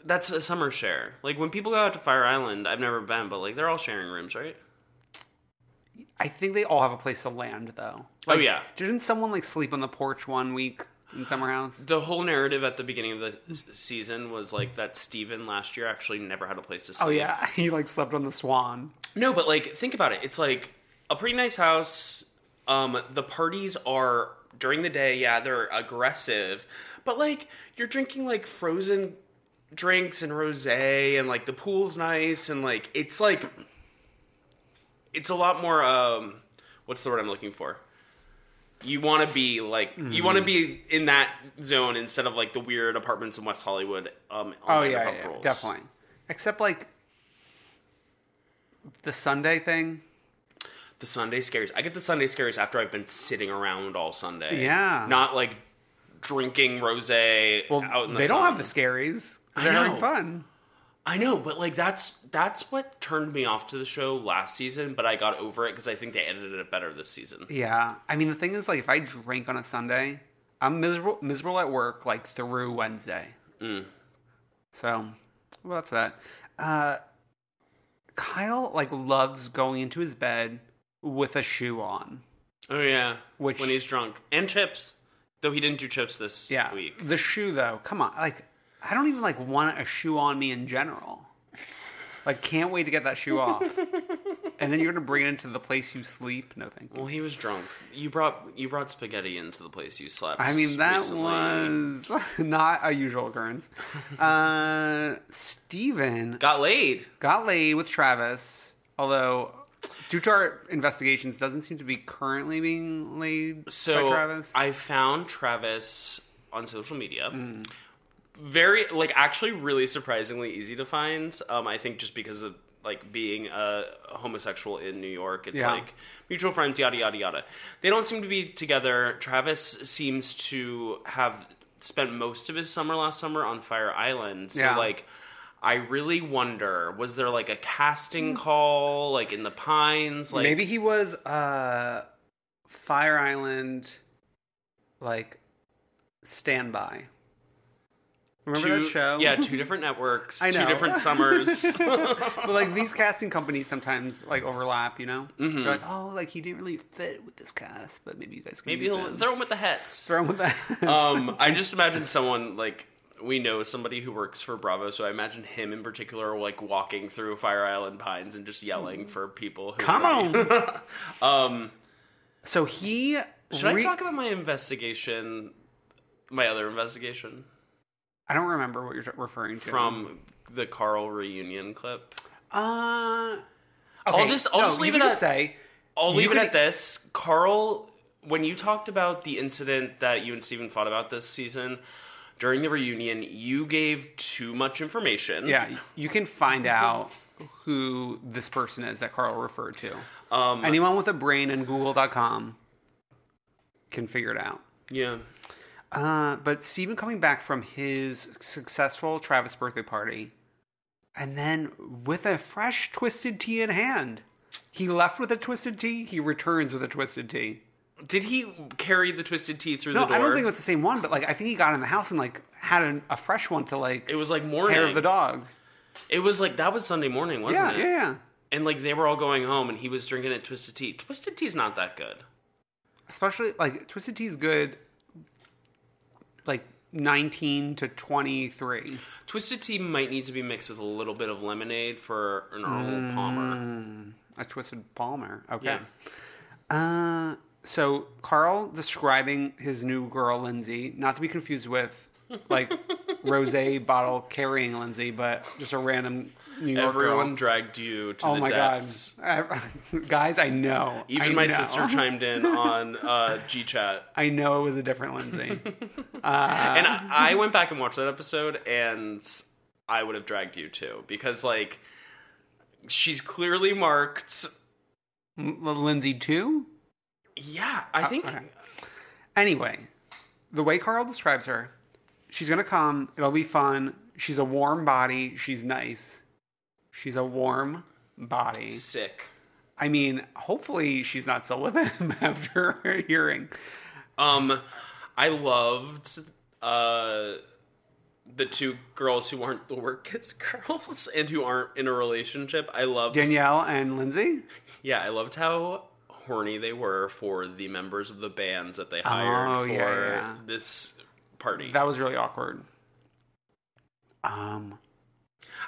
[SPEAKER 2] that's a summer share. Like when people go out to Fire Island, I've never been, but like they're all sharing rooms, right?
[SPEAKER 3] I think they all have a place to land, though.
[SPEAKER 2] Oh, yeah.
[SPEAKER 3] Didn't someone like sleep on the porch one week in Summer House?
[SPEAKER 2] The whole narrative at the beginning of the s- season was like that Steven last year actually never had a place to sleep.
[SPEAKER 3] Oh yeah, [LAUGHS] he like slept on the Swan.
[SPEAKER 2] No, but like think about it. It's like a pretty nice house. Um the parties are during the day, yeah, they're aggressive, but like you're drinking like frozen drinks and rosé and like the pool's nice and like it's like it's a lot more um what's the word I'm looking for? You want to be like you want to
[SPEAKER 3] Mhm.
[SPEAKER 2] be in that zone instead of like the weird apartments in West Hollywood um
[SPEAKER 3] Oh
[SPEAKER 2] on
[SPEAKER 3] yeah,
[SPEAKER 2] Vanderpump
[SPEAKER 3] yeah,
[SPEAKER 2] Rules.
[SPEAKER 3] definitely. Except like the Sunday thing.
[SPEAKER 2] The Sunday scaries. I get the Sunday scaries after I've been sitting around all Sunday.
[SPEAKER 3] Yeah.
[SPEAKER 2] Not like drinking rosé Eh, out in the
[SPEAKER 3] they don't
[SPEAKER 2] sun.
[SPEAKER 3] have the scaries.
[SPEAKER 2] I
[SPEAKER 3] They're having
[SPEAKER 2] know.
[SPEAKER 3] fun.
[SPEAKER 2] I know, but like that's that's what turned me off to the show last season, but I got over it cuz I think they edited it better this season.
[SPEAKER 3] Yeah, I mean the thing is like if I drink on a Sunday, I'm miserable miserable at work like through Wednesday.
[SPEAKER 2] Mm.
[SPEAKER 3] So, well, that's that. Uh, Kyle like loves going into his bed with a shoe on.
[SPEAKER 2] Oh yeah.
[SPEAKER 3] Which-
[SPEAKER 2] when he's drunk and chips, though he didn't do chips this
[SPEAKER 3] Yeah,
[SPEAKER 2] week.
[SPEAKER 3] the shoe though. Come on, like I don't even like want a shoe on me in general. Like, can't wait to get that shoe off. and then you're gonna bring it into the place you sleep. No thank you.
[SPEAKER 2] Well, he was drunk. You brought you brought spaghetti into the place you slept.
[SPEAKER 3] I mean, that
[SPEAKER 2] recently.
[SPEAKER 3] was [LAUGHS] not a
[SPEAKER 2] [LAUGHS]
[SPEAKER 3] usual occurrence. Uh, Steven
[SPEAKER 2] got laid.
[SPEAKER 3] Got laid with Travis, although due to our investigations, doesn't seem to be currently being laid
[SPEAKER 2] So
[SPEAKER 3] by Travis.
[SPEAKER 2] I found Travis on social media.
[SPEAKER 3] Mm.
[SPEAKER 2] Very like actually really surprisingly easy to find. Um, I think just because of like being a homosexual in New York, it's
[SPEAKER 3] Yeah.
[SPEAKER 2] like mutual friends, yada yada yada. They don't seem to be together. Travis seems to have spent most of his summer last summer on Fire Island. So
[SPEAKER 3] Yeah.
[SPEAKER 2] like I really wonder, was there like a casting call, like in the pines? Like
[SPEAKER 3] Mm. Maybe he was uh, Fire Island, like standby. Remember
[SPEAKER 2] two,
[SPEAKER 3] that show?
[SPEAKER 2] Yeah, two different networks,
[SPEAKER 3] [LAUGHS] I know.
[SPEAKER 2] two different
[SPEAKER 3] [LAUGHS]
[SPEAKER 2] summers.
[SPEAKER 3] but like these casting companies sometimes like overlap, you know?
[SPEAKER 2] Mhm.
[SPEAKER 3] They're like, oh, like he didn't really fit with this cast, but maybe you guys can
[SPEAKER 2] Maybe
[SPEAKER 3] use
[SPEAKER 2] he'll
[SPEAKER 3] him."
[SPEAKER 2] throw him with the hets.
[SPEAKER 3] Throw him with that.
[SPEAKER 2] [LAUGHS] Um, I just imagine someone like we know somebody who works for Bravo, so I imagine him in particular like walking through Fire Island Pines and just yelling for people. Who
[SPEAKER 3] [LAUGHS] Come on.
[SPEAKER 2] [LAUGHS] um,
[SPEAKER 3] so he
[SPEAKER 2] should
[SPEAKER 3] re-
[SPEAKER 2] I talk about my investigation? My other investigation
[SPEAKER 3] I don't remember what you're t- referring to.
[SPEAKER 2] from the Carl reunion clip.
[SPEAKER 3] uh,
[SPEAKER 2] I'll just- I'll just leave it
[SPEAKER 3] you can
[SPEAKER 2] at-
[SPEAKER 3] say.
[SPEAKER 2] I'll
[SPEAKER 3] You
[SPEAKER 2] leave it
[SPEAKER 3] could-
[SPEAKER 2] at this. Carl when you talked about the incident that you and Steven fought about this season during the reunion, you gave too much information.
[SPEAKER 3] Yeah, you can find out who this person is that Carl referred to.
[SPEAKER 2] Um,
[SPEAKER 3] Anyone with a brain and Google.com can figure it out.
[SPEAKER 2] Yeah.
[SPEAKER 3] Uh, but Steven coming back from his successful Travis birthday party, and then with a fresh twisted tea in hand, he left with a twisted tea. He returns with a twisted tea.
[SPEAKER 2] Did he carry the twisted tea through
[SPEAKER 3] No,
[SPEAKER 2] the door?
[SPEAKER 3] I don't think it was the same one, but like I think he got in the house and like had an, a fresh one to like.
[SPEAKER 2] It was like morning.
[SPEAKER 3] hair of the dog.
[SPEAKER 2] It was like that was Sunday morning, wasn't
[SPEAKER 3] Yeah,
[SPEAKER 2] it?
[SPEAKER 3] yeah, yeah.
[SPEAKER 2] And like they were all going home, and he was drinking a twisted tea. Twisted tea's not that good.
[SPEAKER 3] especially like twisted tea is good like 19 to 23
[SPEAKER 2] Twisted tea might need to be mixed with a little bit of lemonade for an Arnold Palmer.
[SPEAKER 3] Mm, a twisted palmer okay
[SPEAKER 2] Yeah.
[SPEAKER 3] uh so carl describing his new girl lindsay not to be confused with
[SPEAKER 2] [LAUGHS]
[SPEAKER 3] like rose bottle carrying lindsay but just a random new york
[SPEAKER 2] Everyone
[SPEAKER 3] girl.
[SPEAKER 2] dragged you to
[SPEAKER 3] oh
[SPEAKER 2] the
[SPEAKER 3] my
[SPEAKER 2] depths.
[SPEAKER 3] god I- [LAUGHS] guys i know
[SPEAKER 2] Even
[SPEAKER 3] I
[SPEAKER 2] my
[SPEAKER 3] know. [LAUGHS]
[SPEAKER 2] sister chimed in on uh, GChat.
[SPEAKER 3] i know it was a
[SPEAKER 2] [LAUGHS]
[SPEAKER 3] different lindsay
[SPEAKER 2] and I, I went back and watched that episode, and I would have dragged you too because like she's clearly marked.
[SPEAKER 3] L- lindsay too
[SPEAKER 2] Yeah, I think
[SPEAKER 3] Uh, Anyway, the way Carl describes her, she's gonna come. It'll be fun. She's a warm body. She's nice. She's a warm body.
[SPEAKER 2] sick.
[SPEAKER 3] I mean, hopefully she's not still with him [LAUGHS] after her hearing.
[SPEAKER 2] Um, I loved uh the two girls who aren't the work is [LAUGHS] girls and who aren't in a relationship. I loved
[SPEAKER 3] Danielle and Lindsay.
[SPEAKER 2] Yeah, I loved how horny they were for the members of the bands that they hired
[SPEAKER 3] Oh,
[SPEAKER 2] for
[SPEAKER 3] yeah, yeah.
[SPEAKER 2] this party.
[SPEAKER 3] That was really awkward. Um,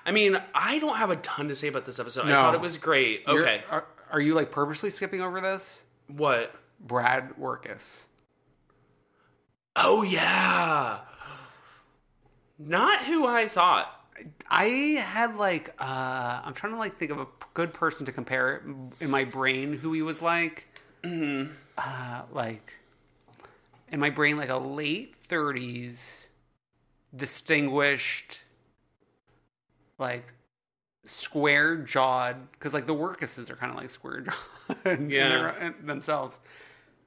[SPEAKER 2] I mean, I don't have a ton to say about this episode.
[SPEAKER 3] No.
[SPEAKER 2] I thought it was great.
[SPEAKER 3] you're-
[SPEAKER 2] Okay.
[SPEAKER 3] Are, are you like purposely skipping over this?
[SPEAKER 2] What?
[SPEAKER 3] Brad Workus.
[SPEAKER 2] Oh yeah. Not who I thought.
[SPEAKER 3] I had like uh I'm trying to like think of a p- good person to compare it in my brain who he was like.
[SPEAKER 2] Mm-hmm.
[SPEAKER 3] Uh, like in my brain like a late 30s distinguished like square jawed cuz like the workuses are kind of like square [LAUGHS] jawed in
[SPEAKER 2] Yeah.
[SPEAKER 3] their- in themselves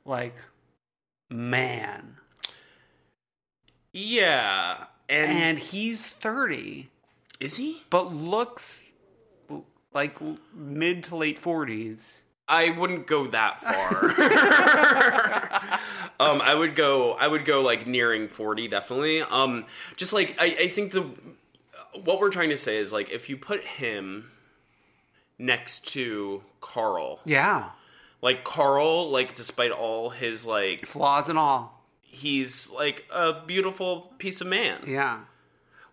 [SPEAKER 3] like man
[SPEAKER 2] Yeah. And,
[SPEAKER 3] and he's 30
[SPEAKER 2] is he?
[SPEAKER 3] but looks l- like l- mid to late 40s.
[SPEAKER 2] I wouldn't go
[SPEAKER 3] [LAUGHS]
[SPEAKER 2] that far. um, I would go. I would go like nearing forty, definitely. Um, just like I, I think the what we're trying to say is like if you put him next to Carl,
[SPEAKER 3] Yeah.
[SPEAKER 2] like Carl, like despite all his like
[SPEAKER 3] Flaws and all.
[SPEAKER 2] he's like a beautiful piece of man.
[SPEAKER 3] Yeah.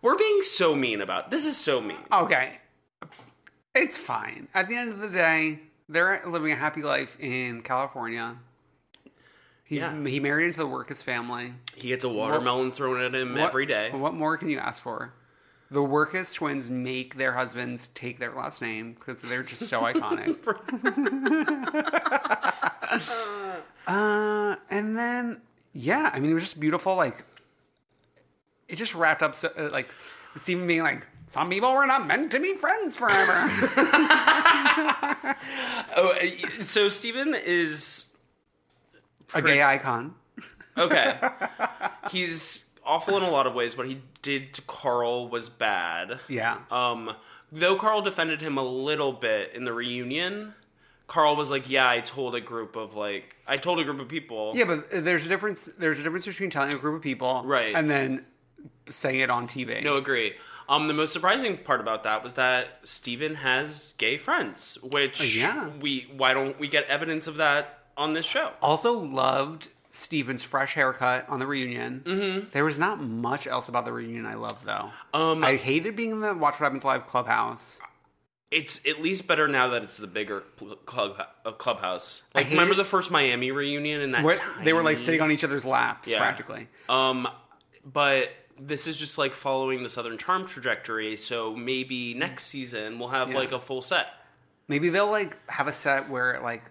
[SPEAKER 2] We're being so mean about this. Is so mean.
[SPEAKER 3] Okay. It's fine. At the end of the day, they're living a happy life in California. He's
[SPEAKER 2] Yeah.
[SPEAKER 3] he married into the Workus family.
[SPEAKER 2] He gets a watermelon thrown at him
[SPEAKER 3] What-
[SPEAKER 2] every day.
[SPEAKER 3] What more can you ask for? The Workus twins make their husbands take their last name because they're just so
[SPEAKER 2] [LAUGHS]
[SPEAKER 3] iconic. [LAUGHS] uh, and then, yeah, I mean, it was just beautiful. Like, it just wrapped up so, uh, like, Stephen being like, some people were not meant to be
[SPEAKER 2] [LAUGHS]
[SPEAKER 3] friends forever.
[SPEAKER 2] Oh, uh, so Steven is
[SPEAKER 3] A gay icon.
[SPEAKER 2] Okay. He's awful in a lot of ways. What he did to Carl was bad.
[SPEAKER 3] Yeah.
[SPEAKER 2] Um, though Carl defended him a little bit in the reunion, Carl was like, "Yeah, I told a group of like, I told a group of people."
[SPEAKER 3] Yeah, but uh, there's a difference. There's a difference between telling a group of people,
[SPEAKER 2] Right.
[SPEAKER 3] and then saying it on TV.
[SPEAKER 2] No, agree. Um, the most surprising part about that was that Steven has gay friends, which
[SPEAKER 3] Oh, Yeah.
[SPEAKER 2] we why don't we get evidence of that on this show?
[SPEAKER 3] Also loved Steven's fresh haircut on the reunion. Mm-hmm. There was not much else about the reunion I loved though.
[SPEAKER 2] Um,
[SPEAKER 3] I hated being in the Watch What Happens Live clubhouse.
[SPEAKER 2] It's at least better now that it's the bigger pl- club uh, clubhouse.
[SPEAKER 3] I
[SPEAKER 2] Like,
[SPEAKER 3] hate
[SPEAKER 2] remember
[SPEAKER 3] it.
[SPEAKER 2] the first Miami reunion and that
[SPEAKER 3] Where they were like
[SPEAKER 2] tiny-
[SPEAKER 3] sitting on each other's laps
[SPEAKER 2] Yeah.
[SPEAKER 3] practically.
[SPEAKER 2] Um, but this is just like following the Southern Charm trajectory. So maybe next season we'll have
[SPEAKER 3] Yeah.
[SPEAKER 2] like a full set.
[SPEAKER 3] Maybe they'll like have a set where it like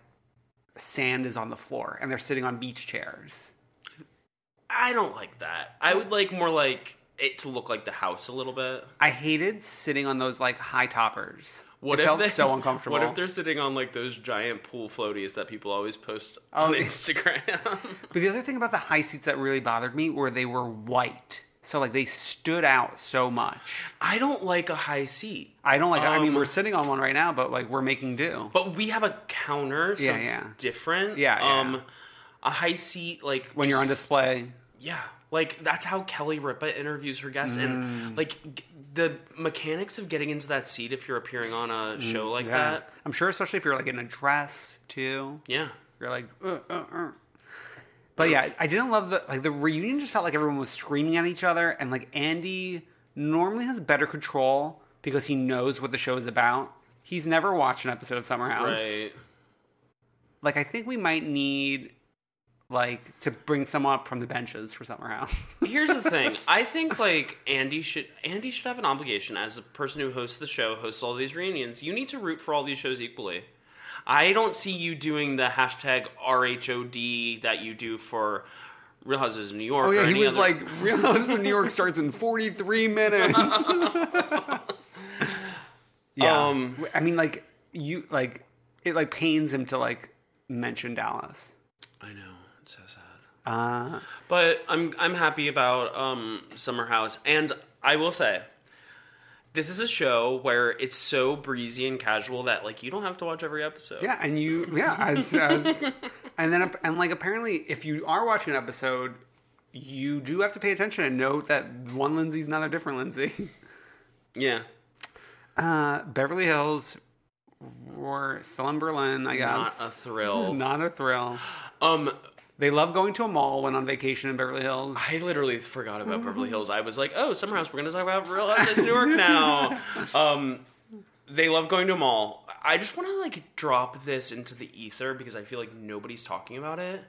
[SPEAKER 3] sand is on the floor and they're sitting on beach chairs.
[SPEAKER 2] I don't like that. I would like more like it to look like the house a little bit.
[SPEAKER 3] I hated sitting on those like high toppers.
[SPEAKER 2] What
[SPEAKER 3] it
[SPEAKER 2] if
[SPEAKER 3] felt
[SPEAKER 2] they-
[SPEAKER 3] so uncomfortable.
[SPEAKER 2] What if they're sitting on like those giant pool floaties that people always post on
[SPEAKER 3] Oh, yeah. [LAUGHS]
[SPEAKER 2] Instagram?
[SPEAKER 3] But the other thing about the high seats that really bothered me were they were white. So like they stood out so much.
[SPEAKER 2] I don't like a high seat.
[SPEAKER 3] I don't like I mean
[SPEAKER 2] Um,
[SPEAKER 3] we're sitting on one right now, but like we're making do.
[SPEAKER 2] but we have a counter, so
[SPEAKER 3] Yeah,
[SPEAKER 2] it's
[SPEAKER 3] yeah.
[SPEAKER 2] different.
[SPEAKER 3] Yeah, yeah.
[SPEAKER 2] Um, a high seat like
[SPEAKER 3] when you're on
[SPEAKER 2] just-
[SPEAKER 3] display.
[SPEAKER 2] Yeah, like that's how Kelly Ripa interviews her guests, and
[SPEAKER 3] Mm.
[SPEAKER 2] like g- the mechanics of getting into that seat if you're appearing on a show like
[SPEAKER 3] Mm, Yeah.
[SPEAKER 2] that.
[SPEAKER 3] I'm sure especially if you're like in a dress too.
[SPEAKER 2] Yeah.
[SPEAKER 3] You're like uh, uh, uh. But yeah, I didn't love the like the reunion just felt like everyone was screaming at each other and like Andy normally has better control because he knows what the show is about. He's never watched an episode of Summer House.
[SPEAKER 2] Right.
[SPEAKER 3] Like I think we might need like to bring someone up from the benches for Summer House.
[SPEAKER 2] Here's the
[SPEAKER 3] [LAUGHS]
[SPEAKER 2] thing. I think like Andy should Andy should have an obligation as a person who hosts the show, hosts all these reunions. You need to root for all these shows equally. I don't see you doing the hashtag RHOD that you do for Real Houses of New York.
[SPEAKER 3] oh yeah,
[SPEAKER 2] or
[SPEAKER 3] he
[SPEAKER 2] any
[SPEAKER 3] was
[SPEAKER 2] other-
[SPEAKER 3] like Real Houses of New York starts in
[SPEAKER 2] [LAUGHS]
[SPEAKER 3] 43 minutes. yeah.
[SPEAKER 2] Um,
[SPEAKER 3] I mean like you like it like pains him to like mention Dallas.
[SPEAKER 2] I know, it's so sad.
[SPEAKER 3] Uh
[SPEAKER 2] But I'm I'm happy about um, Summer House, and I will say, this is a show where it's so breezy and casual that like you don't have to watch every episode.
[SPEAKER 3] Yeah, and you yeah,
[SPEAKER 2] [LAUGHS]
[SPEAKER 3] as, as and then and like apparently if you are watching an episode, you do have to pay attention and note that one Lindsay's not a different Lindsay. [LAUGHS]
[SPEAKER 2] yeah.
[SPEAKER 3] Uh, Beverly Hills or still in Berlin, I
[SPEAKER 2] Not
[SPEAKER 3] guess.
[SPEAKER 2] a thrill.
[SPEAKER 3] [LAUGHS] not a thrill.
[SPEAKER 2] Um,
[SPEAKER 3] they love going to a mall when on vacation in Beverly Hills.
[SPEAKER 2] I literally forgot about Beverly Hills. I was like, oh, Summer House. We're gonna talk about Real Housewives of New York now. Um, they love going to a mall. I just want to like drop this into the ether because I feel like nobody's talking about it.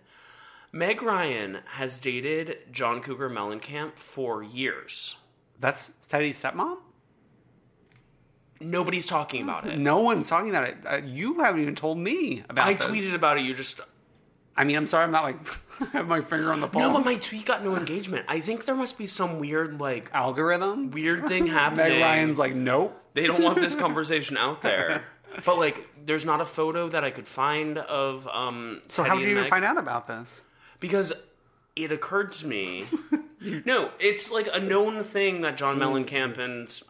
[SPEAKER 2] Meg Ryan has dated John Cougar Mellencamp for years.
[SPEAKER 3] That's Teddy's stepmom.
[SPEAKER 2] Nobody's talking about it.
[SPEAKER 3] No one's talking about it. Uh, you haven't even told me about.
[SPEAKER 2] I
[SPEAKER 3] this.
[SPEAKER 2] tweeted about it. You just
[SPEAKER 3] I mean, I'm sorry. I'm not like [LAUGHS] have my finger on the pulse.
[SPEAKER 2] no, but
[SPEAKER 3] [LAUGHS]
[SPEAKER 2] my tweet got no engagement. I think there must be some weird like
[SPEAKER 3] algorithm [LAUGHS]
[SPEAKER 2] weird thing happening.
[SPEAKER 3] Meg Ryan's like, nope.
[SPEAKER 2] they don't want
[SPEAKER 3] [LAUGHS]
[SPEAKER 2] this conversation out there. But like, there's not a photo that I could find of. um
[SPEAKER 3] So how did you even find out about this?
[SPEAKER 2] Because it occurred to
[SPEAKER 3] [LAUGHS]
[SPEAKER 2] me. no, it's like a known thing that John Mellencamp and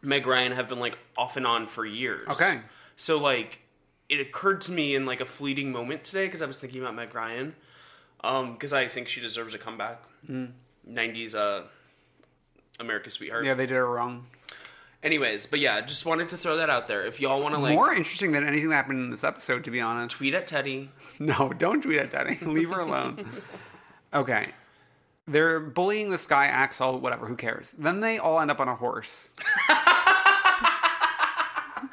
[SPEAKER 2] Meg Ryan have been like off and on for years.
[SPEAKER 3] Okay.
[SPEAKER 2] So like, it occurred to me in like a fleeting moment today because I was thinking about Meg Ryan, um, because I think she deserves a comeback.
[SPEAKER 3] Mm.
[SPEAKER 2] '90s uh, America's Sweetheart.
[SPEAKER 3] Yeah, they did it wrong.
[SPEAKER 2] Anyways, but yeah, just wanted to throw that out there. If y'all want to like
[SPEAKER 3] More interesting than anything that happened in this episode, to be honest.
[SPEAKER 2] tweet at Teddy,
[SPEAKER 3] [LAUGHS] No, don't tweet at Teddy. [LAUGHS] Leave her alone. Okay. They're bullying this guy, Axel, whatever, who cares? Then they all end up on a horse.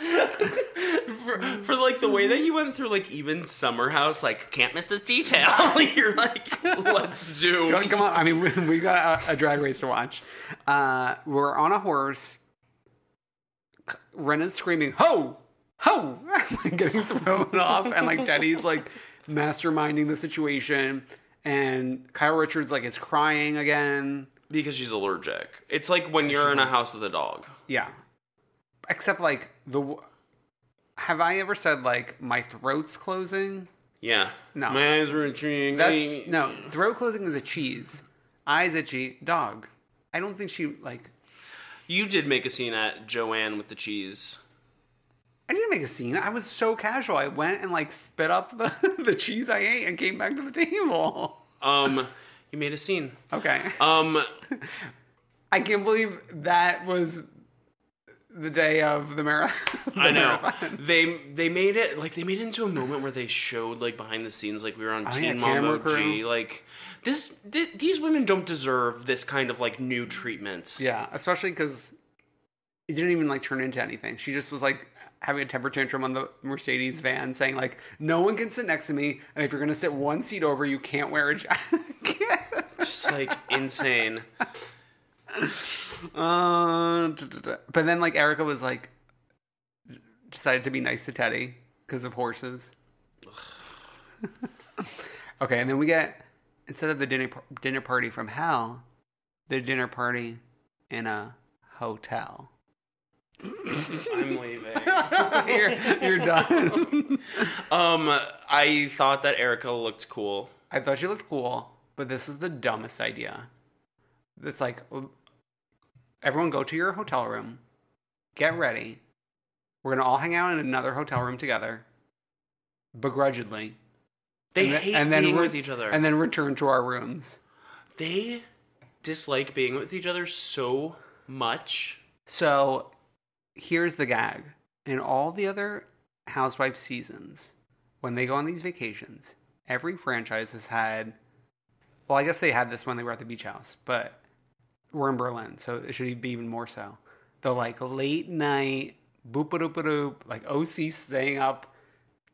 [SPEAKER 2] for, for like the way that you went through like even Summer House, like can't miss this detail. [LAUGHS] You're like, let's zoom.
[SPEAKER 3] Come come on. I mean, [LAUGHS] we- we've got a, a drag race to watch. Uh, we're on a horse. C- Rena's screaming, ho, ho, [LAUGHS] like, getting thrown off. And like Teddy's like masterminding the situation. And Kyle Richards like is crying again.
[SPEAKER 2] because she's allergic. It's like when you're in a house with a dog.
[SPEAKER 3] Yeah. Except like the w- have I ever said like my throat's closing?
[SPEAKER 2] Yeah.
[SPEAKER 3] No.
[SPEAKER 2] My eyes were itching.
[SPEAKER 3] That's no, throat closing is a cheese. Eyes itchy, dog. I don't think she like
[SPEAKER 2] You did make a scene at Joanne with the cheese.
[SPEAKER 3] I didn't make a scene. I was so casual. I went and like spit up the, [LAUGHS] the cheese I ate and came back to the table.
[SPEAKER 2] Um, you made a scene.
[SPEAKER 3] Okay.
[SPEAKER 2] Um,
[SPEAKER 3] I can't believe that was the day of the marathon. [LAUGHS]
[SPEAKER 2] I know they they made it like they made it into a moment where they showed like behind the scenes like we were on
[SPEAKER 3] Oh, yeah,
[SPEAKER 2] Teen Mom
[SPEAKER 3] camera
[SPEAKER 2] OG
[SPEAKER 3] crew.
[SPEAKER 2] like this th- these women don't deserve this kind of like new treatment.
[SPEAKER 3] Yeah, especially because it didn't even like turn into anything. She just was like having a temper tantrum on the Mercedes van, saying like, "No one can sit next to me, and if you're gonna sit one seat over, you can't wear a jacket." [LAUGHS]
[SPEAKER 2] Just like [LAUGHS] insane.
[SPEAKER 3] Uh, duh, duh, duh. but then like Erica was like decided to be nice to Teddy because of horses. [SIGHS] Okay, and then we get instead of the dinner par- dinner party from hell, the dinner party in a hotel.
[SPEAKER 2] I'm leaving. [LAUGHS]
[SPEAKER 3] you're, you're done.
[SPEAKER 2] um, I thought that Erica looked cool.
[SPEAKER 3] [LAUGHS] I thought she looked cool, but this is the dumbest idea. It's like l- everyone go to your hotel room, get ready. We're gonna all hang out in another hotel room together, begrudgingly.
[SPEAKER 2] They
[SPEAKER 3] And the-
[SPEAKER 2] hate
[SPEAKER 3] and then
[SPEAKER 2] being
[SPEAKER 3] re-
[SPEAKER 2] with each other.
[SPEAKER 3] and then return to our rooms.
[SPEAKER 2] They dislike being with each other so much.
[SPEAKER 3] So here's the gag. In all the other Housewives seasons, when they go on these vacations, every franchise has had. Well, I guess they had this when they were at the beach house, but we're in Berlin, so it should be even more so. The like late night boop a doop a doop, like OC staying up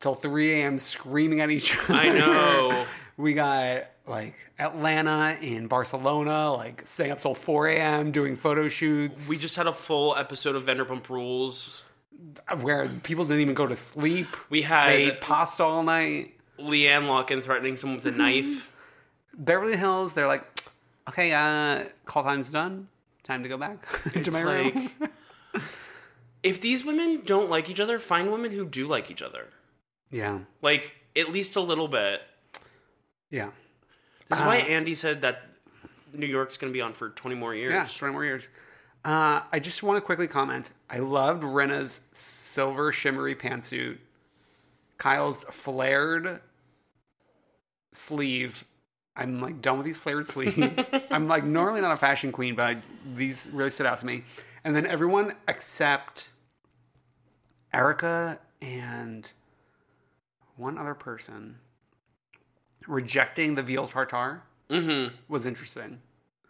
[SPEAKER 3] till 3 a.m. screaming at each other.
[SPEAKER 2] I know.
[SPEAKER 3] [LAUGHS] We got like Atlanta and Barcelona, like staying up till 4 a.m. doing photo shoots.
[SPEAKER 2] We just had a full episode of Vanderpump Rules.
[SPEAKER 3] where people didn't even go to sleep.
[SPEAKER 2] We had-
[SPEAKER 3] they ate pasta all night.
[SPEAKER 2] Leanne Locken threatening someone [LAUGHS] with a knife.
[SPEAKER 3] Beverly Hills, they're like, okay, uh, call time's done. Time to go back [LAUGHS] to
[SPEAKER 2] It's
[SPEAKER 3] my room.
[SPEAKER 2] like if these women don't like each other, find women who do like each other.
[SPEAKER 3] [LAUGHS] Yeah,
[SPEAKER 2] Like at least a little bit.
[SPEAKER 3] yeah,
[SPEAKER 2] This is why
[SPEAKER 3] Uh,
[SPEAKER 2] Andy said that New York's going to be on for 20 more years.
[SPEAKER 3] yeah. Twenty more years. Uh, I just want to quickly comment. I loved Rena's silver shimmery pantsuit. Kyle's flared sleeve. I'm like done with these flared sleeves. I'm like normally not a fashion queen, but I, these really stood out to me. And then everyone except Erica and one other person rejecting the veal tartare was interesting.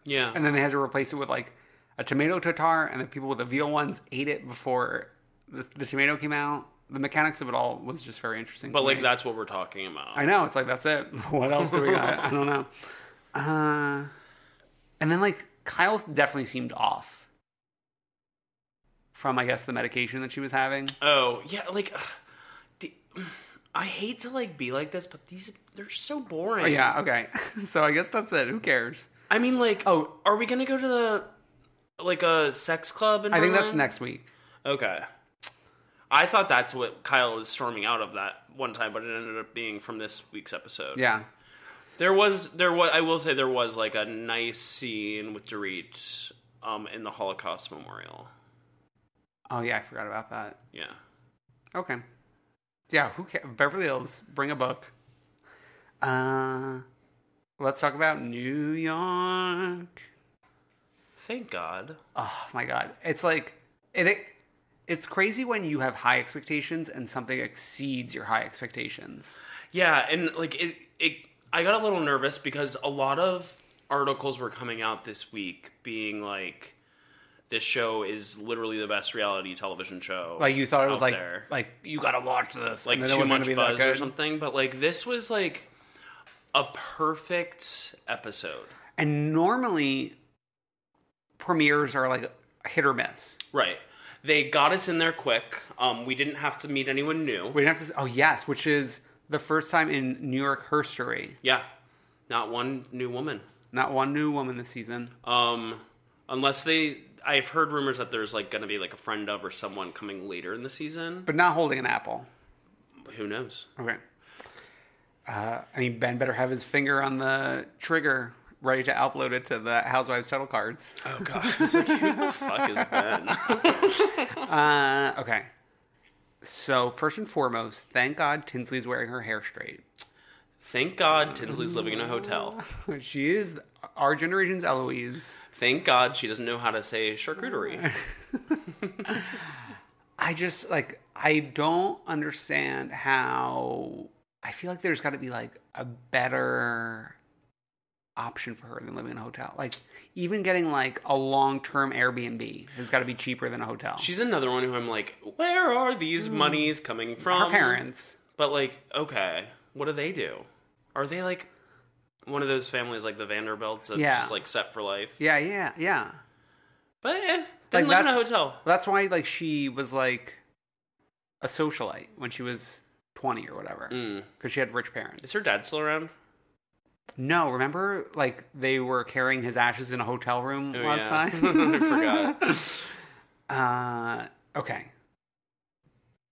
[SPEAKER 2] Yeah.
[SPEAKER 3] And then they had to replace it with like a tomato tartare, and the people with the veal ones ate it before the, the tomato came out. The mechanics of it all was just very interesting.
[SPEAKER 2] But
[SPEAKER 3] to
[SPEAKER 2] like
[SPEAKER 3] me.
[SPEAKER 2] that's what we're talking about.
[SPEAKER 3] I know. It's like that's it. [LAUGHS] What else do we got? I don't know. Uh, and then like Kyle definitely seemed off from I guess the medication that she was having.
[SPEAKER 2] Oh, yeah, like ugh, the, I hate to like be like this, but these they're so boring.
[SPEAKER 3] Oh, yeah. Okay. [LAUGHS] so I guess that's it. Who cares?
[SPEAKER 2] I mean like oh, are we going to go to the like a sex club in
[SPEAKER 3] I think that's
[SPEAKER 2] Berlin?
[SPEAKER 3] next week.
[SPEAKER 2] Okay. I thought that's what Kyle was storming out of that one time, but it ended up being from this week's episode.
[SPEAKER 3] Yeah.
[SPEAKER 2] There was there was I will say there was like a nice scene with Dorit um in the Holocaust memorial.
[SPEAKER 3] Oh yeah. I forgot about that.
[SPEAKER 2] Yeah.
[SPEAKER 3] Okay. Yeah, who cares? Beverly Hills, bring a book. Uh, let's talk about New York.
[SPEAKER 2] Thank God.
[SPEAKER 3] Oh my god, it's like it, it. It's crazy when you have high expectations and something exceeds your high expectations.
[SPEAKER 2] Yeah, and like it it I got a little nervous because a lot of articles were coming out this week being like this show is literally the best reality television show.
[SPEAKER 3] Like you thought it was
[SPEAKER 2] out
[SPEAKER 3] like
[SPEAKER 2] there.
[SPEAKER 3] like you gotta watch this,
[SPEAKER 2] like
[SPEAKER 3] and then it
[SPEAKER 2] too
[SPEAKER 3] wasn't gonna
[SPEAKER 2] much
[SPEAKER 3] be that
[SPEAKER 2] buzz or
[SPEAKER 3] good.
[SPEAKER 2] something. But like this was like a perfect episode,
[SPEAKER 3] And normally, premieres are like hit or miss.
[SPEAKER 2] right? They got us in there quick. Um, we didn't have to meet anyone new.
[SPEAKER 3] We didn't have to. Oh yes, which is the first time in New York history,
[SPEAKER 2] Yeah, not one new woman.
[SPEAKER 3] not one new woman this season.
[SPEAKER 2] Um, unless they, I've heard rumors that there's like going to be like a friend of or someone coming later in the season.
[SPEAKER 3] but not holding an apple.
[SPEAKER 2] Who knows?
[SPEAKER 3] Okay. Uh, I mean, Ben better have his finger on the trigger, ready to upload it to the Housewives title cards.
[SPEAKER 2] Oh [LAUGHS] god, I was like, who the fuck is Ben? [LAUGHS]
[SPEAKER 3] Uh, okay. So first and foremost, thank God Tinsley's wearing her hair straight. [LAUGHS]
[SPEAKER 2] Thank God Tinsley's living in a hotel.
[SPEAKER 3] she is our generation's Eloise.
[SPEAKER 2] Thank God she doesn't know how to say charcuterie.
[SPEAKER 3] I just like I don't understand how I feel like there's got to be like a better option for her than living in a hotel. Like even getting like a long-term Airbnb has got to be cheaper than a hotel.
[SPEAKER 2] She's another one who I'm like, where are these monies coming from?
[SPEAKER 3] Mm. her parents.
[SPEAKER 2] But like, okay, what do they do? Are they like one of those families like the Vanderbilts that's
[SPEAKER 3] Yeah.
[SPEAKER 2] just like set for life?
[SPEAKER 3] Yeah, yeah, yeah.
[SPEAKER 2] But eh, didn't live in a hotel.
[SPEAKER 3] That's why like she was like a socialite when she was 20 or whatever
[SPEAKER 2] Mm.
[SPEAKER 3] because she had rich parents.
[SPEAKER 2] Is her dad still around?
[SPEAKER 3] No, remember like they were carrying his ashes in a hotel room
[SPEAKER 2] Oh,
[SPEAKER 3] last
[SPEAKER 2] yeah. [LAUGHS]
[SPEAKER 3] time?
[SPEAKER 2] I forgot.
[SPEAKER 3] [LAUGHS] Uh, okay.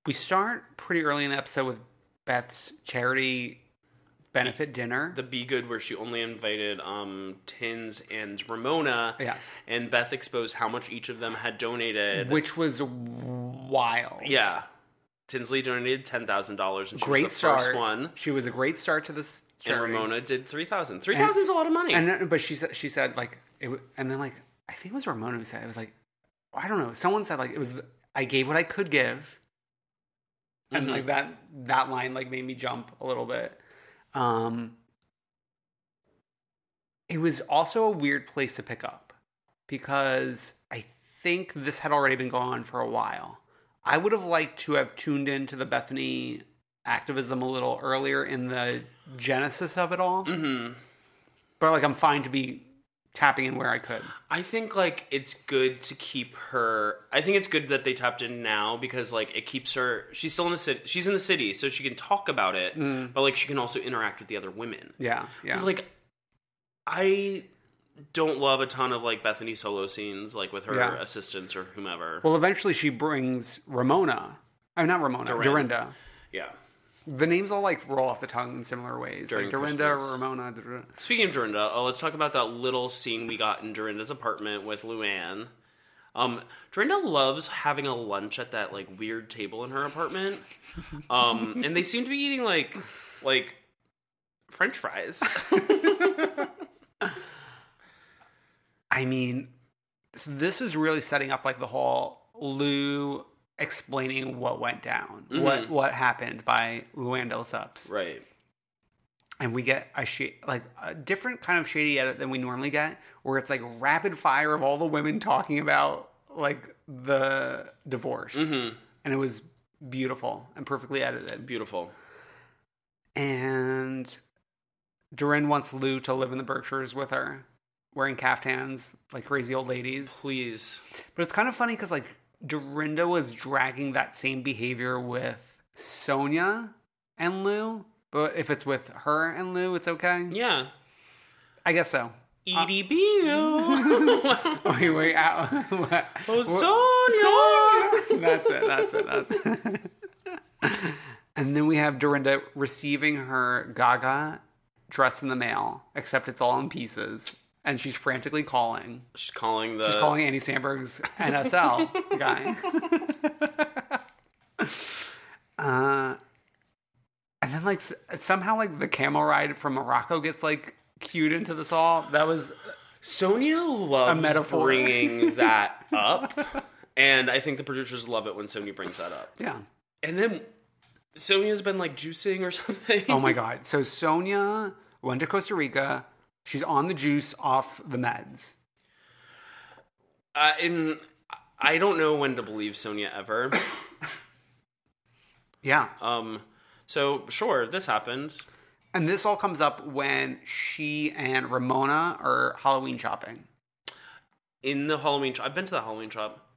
[SPEAKER 3] We start pretty early in the episode with Beth's charity benefit dinner.
[SPEAKER 2] The Be Good, where she only invited um, Tins and Ramona.
[SPEAKER 3] Yes.
[SPEAKER 2] And Beth exposed how much each of them had donated.
[SPEAKER 3] which was wild.
[SPEAKER 2] yeah, Tinsley donated ten thousand dollars, and she
[SPEAKER 3] great
[SPEAKER 2] was the
[SPEAKER 3] start.
[SPEAKER 2] first one.
[SPEAKER 3] She was a great start to this.
[SPEAKER 2] And
[SPEAKER 3] Charity.
[SPEAKER 2] Ramona did three thousand. Three thousand is a lot of money.
[SPEAKER 3] And uh, but she said she said like it, wa- and then like I think it was Ramona who said it was like I don't know. Someone said like it was I gave what I could give, and
[SPEAKER 2] Mhm.
[SPEAKER 3] like that that line like made me jump a little bit. Um, it was also a weird place to pick up because I think this had already been going on for a while. I would have liked to have tuned into the Bethany activism a little earlier in the genesis of it all.
[SPEAKER 2] Mm-hmm.
[SPEAKER 3] But like I'm fine to be tapping in where I could.
[SPEAKER 2] I think like it's good to keep her. I think it's good that they tapped in now because like it keeps her. She's still in the city. She's in the city, so she can talk about it.
[SPEAKER 3] Mm.
[SPEAKER 2] But like she can also interact with the other women.
[SPEAKER 3] Yeah, yeah.
[SPEAKER 2] Because like I don't love a ton of like Bethany solo scenes, like with her
[SPEAKER 3] Yeah.
[SPEAKER 2] assistants or whomever.
[SPEAKER 3] Well, eventually she brings Ramona. Oh, not Ramona.
[SPEAKER 2] Dorin.
[SPEAKER 3] Dorinda.
[SPEAKER 2] yeah.
[SPEAKER 3] The names all like roll off the tongue in similar ways.
[SPEAKER 2] During
[SPEAKER 3] like Dorinda,
[SPEAKER 2] Christmas.
[SPEAKER 3] Ramona. Dur-
[SPEAKER 2] Speaking of Dorinda, uh, let's talk about that little scene we got in Dorinda's apartment with Luann. Um, Dorinda loves having a lunch at that like weird table in her apartment,
[SPEAKER 3] [LAUGHS]
[SPEAKER 2] um, and they seem to be eating like like French fries.
[SPEAKER 3] [LAUGHS] I mean, so this was really setting up like the whole Lou explaining what went down,
[SPEAKER 2] Mhm.
[SPEAKER 3] what what happened by Luann Ups.
[SPEAKER 2] right.
[SPEAKER 3] and we get a sh- like a different kind of shady edit than we normally get, where it's like rapid fire of all the women talking about like the divorce,
[SPEAKER 2] Mhm.
[SPEAKER 3] and it was beautiful and perfectly edited.
[SPEAKER 2] Beautiful.
[SPEAKER 3] And Dorin wants Lou to live in the Berkshires with her, wearing caftans like crazy old ladies.
[SPEAKER 2] Please.
[SPEAKER 3] But it's kind of funny because like Dorinda was dragging that same behavior with Sonia and Lou. But if it's with her and Lou, it's okay.
[SPEAKER 2] Yeah.
[SPEAKER 3] I guess so.
[SPEAKER 2] E
[SPEAKER 3] [LAUGHS]
[SPEAKER 2] EDB.
[SPEAKER 3] Wait, wait. Out. [LAUGHS] what?
[SPEAKER 2] Oh,
[SPEAKER 3] Sonia! [LAUGHS] That's it. That's it. That's it. [LAUGHS] and then we have Dorinda receiving her Gaga dress in the mail, except it's all in pieces. And she's frantically calling.
[SPEAKER 2] She's calling the.
[SPEAKER 3] She's calling Andy [LAUGHS] Sandberg's NSL guy. [LAUGHS] uh, and then like s- somehow like the camel ride from Morocco gets like cued into this all. That was
[SPEAKER 2] Sonia loves
[SPEAKER 3] A metaphor. [LAUGHS]
[SPEAKER 2] bringing that up, and I think the producers love it when Sonia brings that up.
[SPEAKER 3] yeah.
[SPEAKER 2] And then Sonia's been like juicing or [LAUGHS] something.
[SPEAKER 3] Oh my god. So Sonia went to Costa Rica. She's on the juice off the meds.
[SPEAKER 2] Uh, and I don't know when to believe Sonia ever.
[SPEAKER 3] Yeah.
[SPEAKER 2] Um, so sure, this happened.
[SPEAKER 3] And this all comes up when she and Ramona are Halloween shopping.
[SPEAKER 2] in the Halloween shop. I've been to the Halloween shop.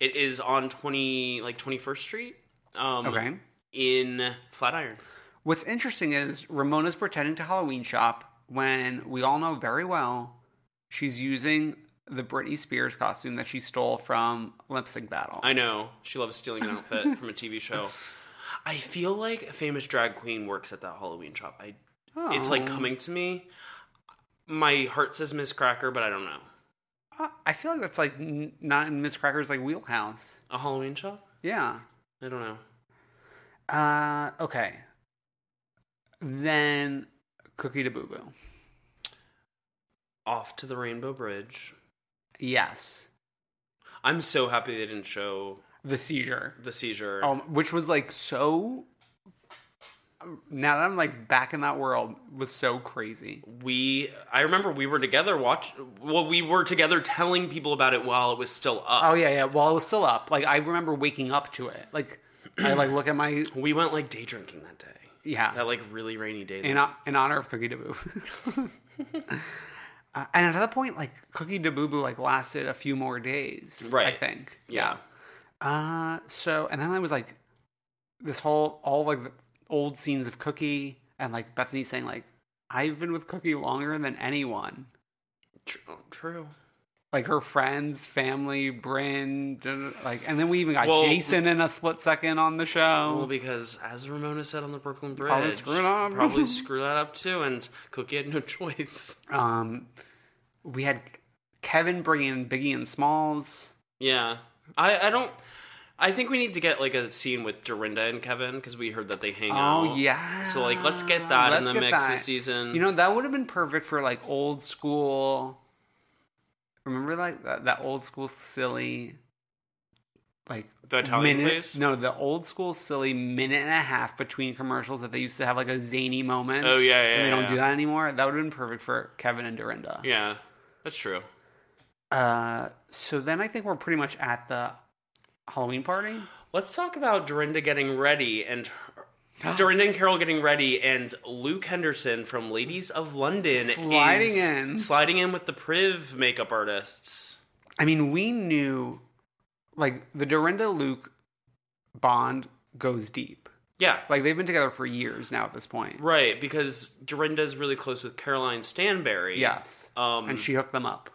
[SPEAKER 2] It is on twenty like twenty first Street. Um,
[SPEAKER 3] Okay.
[SPEAKER 2] In Flatiron.
[SPEAKER 3] What's interesting is Ramona's pretending to Halloween shop when we all know very well she's using the Britney Spears costume that she stole from Lip Sync Battle.
[SPEAKER 2] I know she loves stealing an
[SPEAKER 3] [LAUGHS]
[SPEAKER 2] outfit from a TV show. I feel like a famous drag queen works at that Halloween shop. I. It's like
[SPEAKER 3] Oh.
[SPEAKER 2] coming to me. My heart says Miss Cracker, but I don't know.
[SPEAKER 3] Uh, I feel like that's like n- not in Miss Cracker's like wheelhouse.
[SPEAKER 2] A Halloween shop?
[SPEAKER 3] Yeah.
[SPEAKER 2] I don't know.
[SPEAKER 3] Uh, okay. Then Cookie to Boo Boo.
[SPEAKER 2] Off to the Rainbow Bridge.
[SPEAKER 3] Yes.
[SPEAKER 2] I'm so happy they didn't show
[SPEAKER 3] The seizure.
[SPEAKER 2] the seizure.
[SPEAKER 3] Um, which was like so. Now that I'm like back in that world, was so crazy.
[SPEAKER 2] we i remember we were together watch well we were together telling people about it while it was still
[SPEAKER 3] Oh
[SPEAKER 2] up
[SPEAKER 3] yeah, yeah. Well, I was still up. Like I remember waking up to it. Like I like look at my
[SPEAKER 2] we went like day drinking that day
[SPEAKER 3] yeah
[SPEAKER 2] that like really rainy day
[SPEAKER 3] in o- in honor of Cookie Daboo. [LAUGHS] uh, and at that point, like Cookie Daboo Boo like lasted a few more days. I
[SPEAKER 2] Right.
[SPEAKER 3] think.
[SPEAKER 2] yeah
[SPEAKER 3] Uh so and then I was like, this whole all like the, old scenes of Cookie and like Bethany saying like I've been with Cookie longer than anyone.
[SPEAKER 2] True. oh, true.
[SPEAKER 3] Like her friends, family, Bryn, da- da- like, and then we even got
[SPEAKER 2] Well-
[SPEAKER 3] Jason in a split second on the show.
[SPEAKER 2] Well, because as Ramona said on the Brooklyn Bridge,
[SPEAKER 3] Oh. Probably screwed up. [LAUGHS]
[SPEAKER 2] probably screw that up too. And Cookie had no [LAUGHS] choice.
[SPEAKER 3] Um, we had Kevin bringing in Biggie and Smalls.
[SPEAKER 2] Yeah, I I don't. I think we need to get like a scene with Dorinda and Kevin because we heard that they hang out.
[SPEAKER 3] Oh, yeah.
[SPEAKER 2] So like, let's get that in
[SPEAKER 3] Let's
[SPEAKER 2] the
[SPEAKER 3] get
[SPEAKER 2] mix
[SPEAKER 3] that.
[SPEAKER 2] this season.
[SPEAKER 3] You know, that would have been perfect for like old school. Remember, like that, that old school silly, like
[SPEAKER 2] The Italian
[SPEAKER 3] minute,
[SPEAKER 2] place?
[SPEAKER 3] No, the old school silly minute and a half between commercials that they used to have like a zany moment.
[SPEAKER 2] Oh, yeah,
[SPEAKER 3] and
[SPEAKER 2] yeah,
[SPEAKER 3] they don't
[SPEAKER 2] yeah.
[SPEAKER 3] do that anymore. That would have been perfect for Kevin and Dorinda.
[SPEAKER 2] Yeah, that's true.
[SPEAKER 3] Uh, so then I think we're pretty much at the Halloween party.
[SPEAKER 2] Let's talk about Dorinda getting ready and
[SPEAKER 3] [GASPS]
[SPEAKER 2] Dorinda and Carol getting ready and Luke Henderson from Ladies of London
[SPEAKER 3] Sliding
[SPEAKER 2] is
[SPEAKER 3] in.
[SPEAKER 2] sliding in with the Priv makeup artists.
[SPEAKER 3] I mean, we knew like the Dorinda Luke bond goes deep.
[SPEAKER 2] Yeah.
[SPEAKER 3] Like they've been together for years now at this point.
[SPEAKER 2] Right, because Dorinda's really close with Caroline Stanberry.
[SPEAKER 3] Yes.
[SPEAKER 2] Um
[SPEAKER 3] and she hooked them up.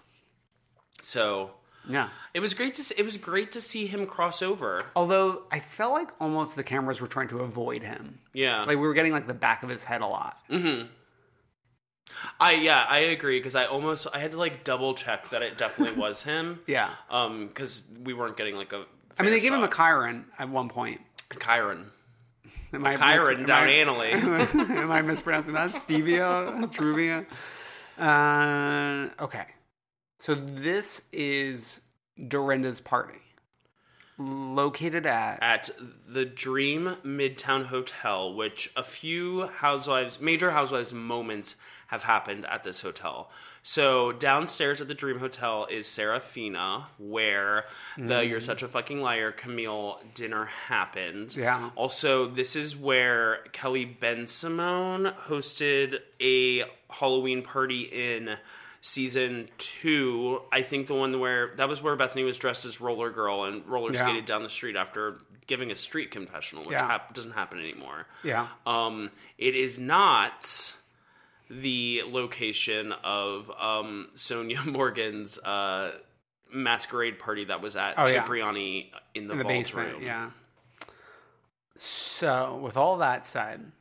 [SPEAKER 2] so
[SPEAKER 3] Yeah.
[SPEAKER 2] it was great to see, it was great to see him cross over.
[SPEAKER 3] Although I felt like almost the cameras were trying to avoid him.
[SPEAKER 2] Yeah.
[SPEAKER 3] Like we were getting like the back of his head a lot.
[SPEAKER 2] Mhm. I yeah, I agree because I almost I had to like double check that it definitely was him.
[SPEAKER 3] [LAUGHS] Yeah.
[SPEAKER 2] Um cuz we weren't getting like a
[SPEAKER 3] I mean, they gave him a Chiron at one point.
[SPEAKER 2] Chiron.
[SPEAKER 3] Am I
[SPEAKER 2] Chiron
[SPEAKER 3] am
[SPEAKER 2] down
[SPEAKER 3] I-
[SPEAKER 2] anally.
[SPEAKER 3] [LAUGHS] am I mispronouncing that? Stevia, Truvia. Uh, okay, so this is Dorinda's party, located at
[SPEAKER 2] at the Dream Midtown Hotel, which a few housewives, major housewives moments have happened at this hotel. So downstairs at the Dream Hotel is Serafina, where the
[SPEAKER 3] Mm.
[SPEAKER 2] You're Such a Fucking Liar Camille dinner happened.
[SPEAKER 3] Yeah.
[SPEAKER 2] Also, this is where Kelly Ben Simone hosted a Halloween party in season two. I think the one where that was where Bethany was dressed as Roller Girl and roller
[SPEAKER 3] Yeah.
[SPEAKER 2] skated down the street after giving a street confessional, which
[SPEAKER 3] Yeah.
[SPEAKER 2] hap- doesn't happen anymore.
[SPEAKER 3] yeah.
[SPEAKER 2] Um, it is not the location of um, Sonia [LAUGHS] Morgan's uh, masquerade party that was at
[SPEAKER 3] Oh, yeah.
[SPEAKER 2] Cipriani in the,
[SPEAKER 3] in the
[SPEAKER 2] vault
[SPEAKER 3] basement.
[SPEAKER 2] room.
[SPEAKER 3] Yeah. So, with all that said,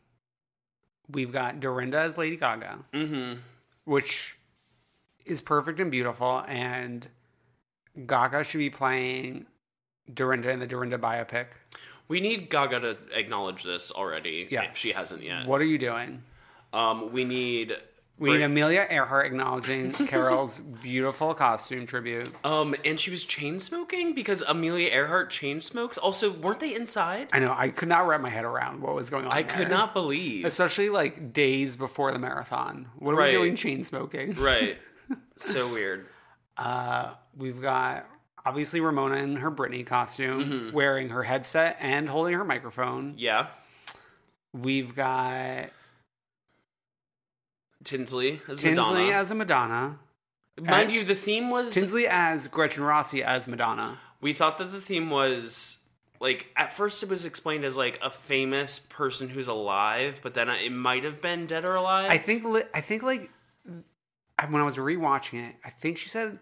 [SPEAKER 3] we've got Dorinda as Lady Gaga,
[SPEAKER 2] mm-hmm.
[SPEAKER 3] which is perfect and beautiful, and Gaga should be playing Dorinda in the Dorinda biopic.
[SPEAKER 2] We need Gaga to acknowledge this already.
[SPEAKER 3] Yes.
[SPEAKER 2] If she hasn't yet.
[SPEAKER 3] What are you doing?
[SPEAKER 2] Um, we need.
[SPEAKER 3] We need Amelia
[SPEAKER 2] [LAUGHS]
[SPEAKER 3] Earhart acknowledging Carol's beautiful costume tribute.
[SPEAKER 2] Um, and she was chain smoking because Amelia Earhart chain smokes. Also, weren't they inside?
[SPEAKER 3] I know I could not wrap my head around what was going on.
[SPEAKER 2] I could
[SPEAKER 3] there.
[SPEAKER 2] not believe.
[SPEAKER 3] especially like days before the marathon. What are
[SPEAKER 2] Right.
[SPEAKER 3] we doing? Chain smoking,
[SPEAKER 2] Right. so weird.
[SPEAKER 3] Uh, we've got obviously Ramona in her Britney costume,
[SPEAKER 2] Mhm.
[SPEAKER 3] wearing her headset and holding her microphone.
[SPEAKER 2] Yeah.
[SPEAKER 3] We've got
[SPEAKER 2] Tinsley as
[SPEAKER 3] Tinsley
[SPEAKER 2] Madonna.
[SPEAKER 3] as a Madonna.
[SPEAKER 2] Mind
[SPEAKER 3] Uh,
[SPEAKER 2] you, the theme was
[SPEAKER 3] Tinsley as Gretchen Rossi as Madonna.
[SPEAKER 2] We thought that the theme was like at first it was explained as like a famous person who's alive, but then it might have been dead or alive.
[SPEAKER 3] I think li- I think like I- when I was rewatching it, I think she said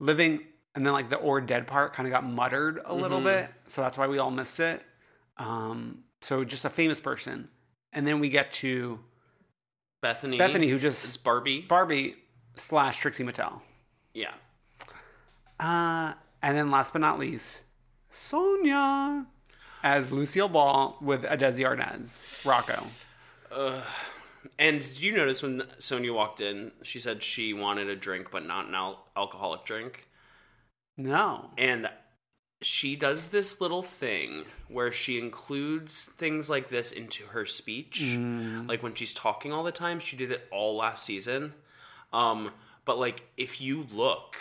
[SPEAKER 3] living and then like the or dead part kind of got muttered a little
[SPEAKER 2] Mhm.
[SPEAKER 3] bit, so that's why we all missed it. Um, so just a famous person, and then we get to
[SPEAKER 2] Bethany.
[SPEAKER 3] Bethany, who just
[SPEAKER 2] is Barbie.
[SPEAKER 3] Barbie slash Trixie Mattel.
[SPEAKER 2] yeah.
[SPEAKER 3] Uh, and then last but not least, Sonia as Lucille Ball with Adesi Arnaz, Rocco.
[SPEAKER 2] Ugh. and did you notice when Sonia walked in, she said she wanted a drink, but not an al- alcoholic drink?
[SPEAKER 3] No.
[SPEAKER 2] And she does this little thing where she includes things like this into her speech.
[SPEAKER 3] Mm.
[SPEAKER 2] Like when she's talking all the time, she did it all last season. Um, but like if you look,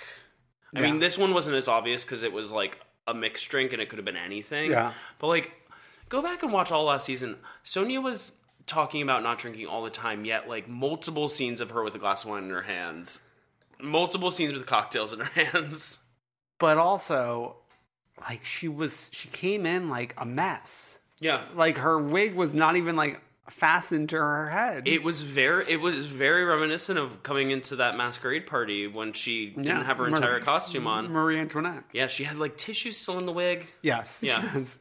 [SPEAKER 2] I
[SPEAKER 3] Yeah.
[SPEAKER 2] mean, this one wasn't as obvious because it was like a mixed drink and it could have been anything.
[SPEAKER 3] Yeah.
[SPEAKER 2] But like, go back and watch all last season. Sonia was talking about not drinking all the time, yet like multiple scenes of her with a glass of wine in her hands, multiple scenes with cocktails in her [LAUGHS] hands.
[SPEAKER 3] But also, like she was, she came in like a mess.
[SPEAKER 2] Yeah.
[SPEAKER 3] Like her wig was not even like fastened to her head.
[SPEAKER 2] It was very it was very reminiscent of coming into that masquerade party when she didn't
[SPEAKER 3] Yeah,
[SPEAKER 2] have her
[SPEAKER 3] Mar-
[SPEAKER 2] entire costume on.
[SPEAKER 3] Marie Antoinette.
[SPEAKER 2] yeah, she had like tissues still in the wig.
[SPEAKER 3] Yes. she
[SPEAKER 2] Yeah.
[SPEAKER 3] does.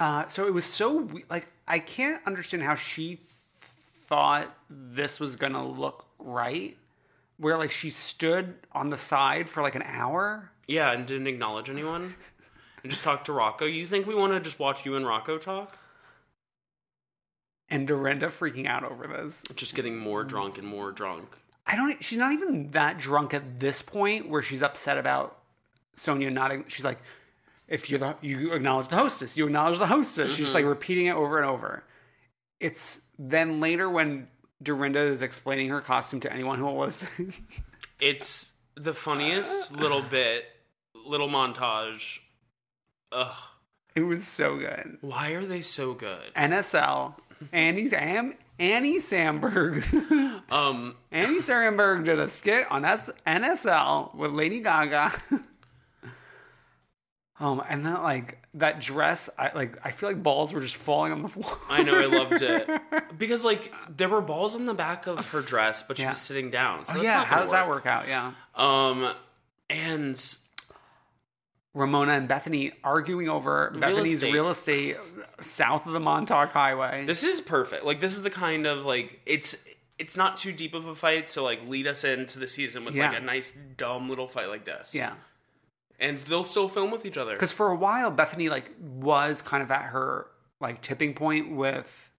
[SPEAKER 3] Uh, so it was so we- like I can't understand how she thought this was gonna look right, where like she stood on the side for like an hour.
[SPEAKER 2] Yeah, and didn't acknowledge anyone. And just talked to Rocco. You think we want to just watch you and Rocco talk?
[SPEAKER 3] And Dorinda freaking out over this.
[SPEAKER 2] Just getting more drunk and more drunk.
[SPEAKER 3] I don't. She's not even that drunk at this point where she's upset about Sonia not. She's like, if you're the you acknowledge the hostess, you acknowledge the hostess. She's just
[SPEAKER 2] Mhm.
[SPEAKER 3] like repeating it over and over. It's then later when Dorinda is explaining her costume to anyone who will listen. [LAUGHS]
[SPEAKER 2] It's the funniest little bit, little montage. Ugh.
[SPEAKER 3] it was so good.
[SPEAKER 2] Why are they so good?
[SPEAKER 3] NSL Annie Sam Annie Samberg. [LAUGHS]
[SPEAKER 2] Um,
[SPEAKER 3] Annie Samberg did a skit on S- NSL with Lady Gaga. [LAUGHS] um, and then like that dress, I like I feel like balls were just falling on the floor.
[SPEAKER 2] I know I loved
[SPEAKER 3] [LAUGHS]
[SPEAKER 2] it because like there were balls on the back of her dress, but she was sitting down. So
[SPEAKER 3] Oh,
[SPEAKER 2] that's
[SPEAKER 3] yeah,
[SPEAKER 2] not
[SPEAKER 3] how
[SPEAKER 2] gonna
[SPEAKER 3] does that work out? Yeah.
[SPEAKER 2] Um, and
[SPEAKER 3] Ramona and Bethany arguing over
[SPEAKER 2] Real
[SPEAKER 3] Bethany's
[SPEAKER 2] estate.
[SPEAKER 3] real estate south of the Montauk Highway.
[SPEAKER 2] this is perfect. Like this is the kind of like it's it's not too deep of a fight, so like lead us into the season with
[SPEAKER 3] Yeah.
[SPEAKER 2] like a nice dumb little fight like this.
[SPEAKER 3] yeah.
[SPEAKER 2] and they'll still film with each other
[SPEAKER 3] Because for a while, Bethany like was kind of at her like tipping point with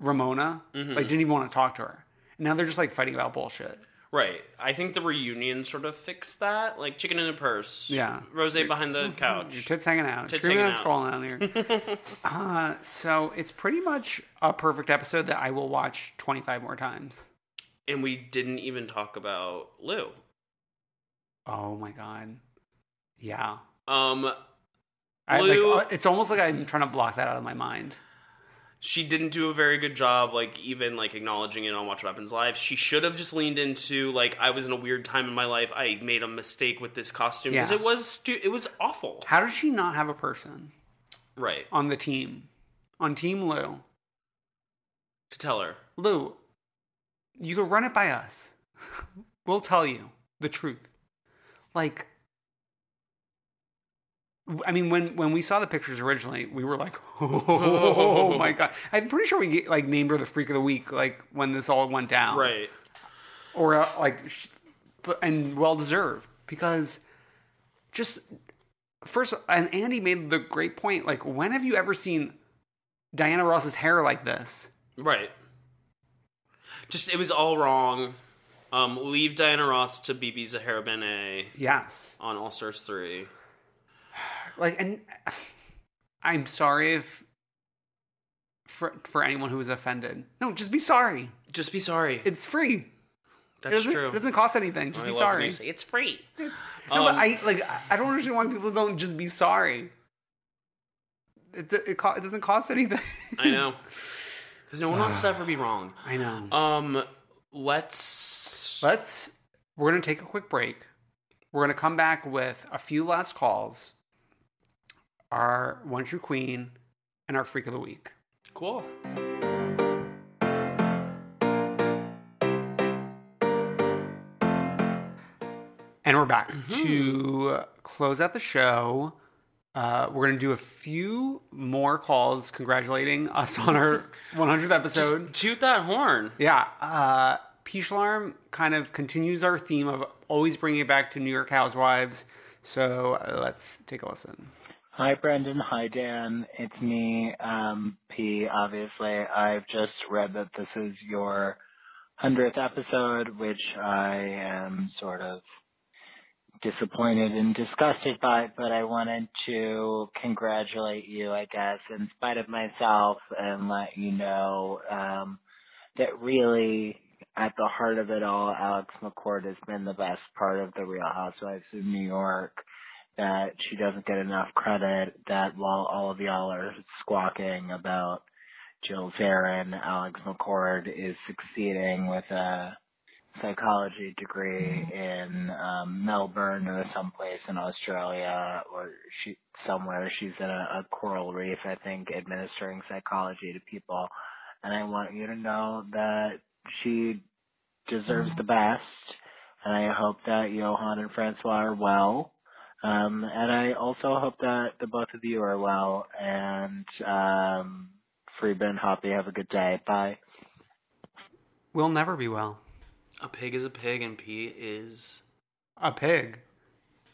[SPEAKER 3] Ramona.
[SPEAKER 2] Mhm.
[SPEAKER 3] Like didn't even want to talk to her. And now they're just like fighting about bullshit.
[SPEAKER 2] right. I think the reunion sort of fixed that, like chicken in a purse.
[SPEAKER 3] Yeah. Mm-hmm.
[SPEAKER 2] Rose behind
[SPEAKER 3] [LAUGHS]
[SPEAKER 2] the
[SPEAKER 3] Your
[SPEAKER 2] couch.
[SPEAKER 3] tits hanging out.
[SPEAKER 2] Tits
[SPEAKER 3] Screaming
[SPEAKER 2] hanging
[SPEAKER 3] and scrawling on here.
[SPEAKER 2] [LAUGHS]
[SPEAKER 3] uh, so it's pretty much a perfect episode that I will watch 25 more times.
[SPEAKER 2] And we didn't even talk about Lou.
[SPEAKER 3] Oh my God. Yeah.
[SPEAKER 2] Um,
[SPEAKER 3] I,
[SPEAKER 2] Lou-
[SPEAKER 3] like, uh, it's almost like I'm trying to block that out of my mind.
[SPEAKER 2] she didn't do a very good job, like even like acknowledging it on Watch Weapons Live. She should have just leaned into like I was in a weird time in my life. I made a mistake with this costume because
[SPEAKER 3] Yeah.
[SPEAKER 2] it was stu- it was awful.
[SPEAKER 3] How does she not have a person
[SPEAKER 2] Right
[SPEAKER 3] on the team? On Team Lou.
[SPEAKER 2] to tell her.
[SPEAKER 3] Lou, you could run it by us. [LAUGHS] we'll tell you the truth. Like, I mean, when when we saw the pictures originally, we were like, [LAUGHS] "Oh my god!" I'm pretty sure we like named her the freak of the week, like when this all went down,
[SPEAKER 2] Right.
[SPEAKER 3] Or uh, like, sh- but- and well deserved because just first, and Andy made the great point. Like, when have you ever seen Diana Ross's hair like this?
[SPEAKER 2] Right. Just it was all wrong. Um, leave Diana Ross to BB Zahara Benet
[SPEAKER 3] Yes.
[SPEAKER 2] on All Stars three.
[SPEAKER 3] like and i'm sorry if for for anyone who was offended no just be sorry
[SPEAKER 2] Just be sorry.
[SPEAKER 3] it's free
[SPEAKER 2] That's
[SPEAKER 3] it doesn't,
[SPEAKER 2] true.
[SPEAKER 3] it doesn't cost anything just
[SPEAKER 2] I
[SPEAKER 3] be
[SPEAKER 2] love when
[SPEAKER 3] sorry
[SPEAKER 2] you say it's
[SPEAKER 3] [LAUGHS]
[SPEAKER 2] free.
[SPEAKER 3] no but
[SPEAKER 2] Um,
[SPEAKER 3] i like I- i don't understand why people don't just be sorry it, do- it, co- it doesn't cost anything
[SPEAKER 2] I know. Because no one wants to ever be
[SPEAKER 3] [SIGHS]
[SPEAKER 2] wrong.
[SPEAKER 3] [LAUGHS] i know
[SPEAKER 2] Um, let's
[SPEAKER 3] let's we're gonna take a quick break we're gonna come back with a few last calls our one true queen and our freak of the week
[SPEAKER 2] cool.
[SPEAKER 3] And we're back to close out the show. Uh, we're going to do a few more calls congratulating us on our 100th episode.
[SPEAKER 2] Toot that horn.
[SPEAKER 3] yeah. Uh, Peach Alarm kind of continues our theme of always bringing it back to New York Housewives. So uh, let's take a listen.
[SPEAKER 7] Hi, Brendan. Hi, Dan. It's me, um, P, obviously. I've just read that this is your 100th episode, which I am sort of disappointed and disgusted by, but I wanted to congratulate you, I guess, in spite of myself, and let you know um, that really, at the heart of it all, Alex McCord has been the best part of The Real Housewives of New York that she doesn't get enough credit that while all of y'all are squawking about Jill Zarin, Alex McCord is succeeding with a psychology degree in um, Melbourne or someplace in Australia or she somewhere. She's in a, a coral reef, I think, administering psychology to people. And I want you to know that she deserves the best. And I hope that Johan and Francois are well. Um, and I also hope that the both of you are well. And um, Freeben, Hoppy, have a good day. Bye.
[SPEAKER 3] We'll never be well.
[SPEAKER 2] A pig is a pig, and P is
[SPEAKER 3] A pig.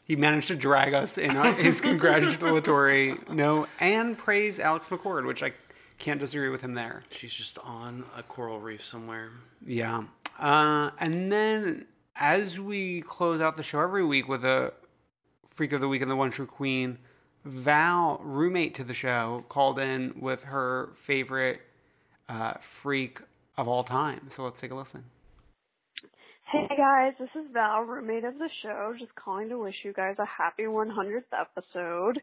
[SPEAKER 3] He managed to drag us in on his congratulatory no and praise Alex McCord, which I can't disagree with him there.
[SPEAKER 2] She's just on a coral reef somewhere.
[SPEAKER 3] Yeah. Uh, and then as we close out the show every week with a Freak of the Week and the One True Queen, Val, roommate to the show, called in with her favorite uh, freak of all time. So let's take a listen.
[SPEAKER 8] Hey guys, this is Val, roommate of the show, just calling to wish you guys a happy 100th episode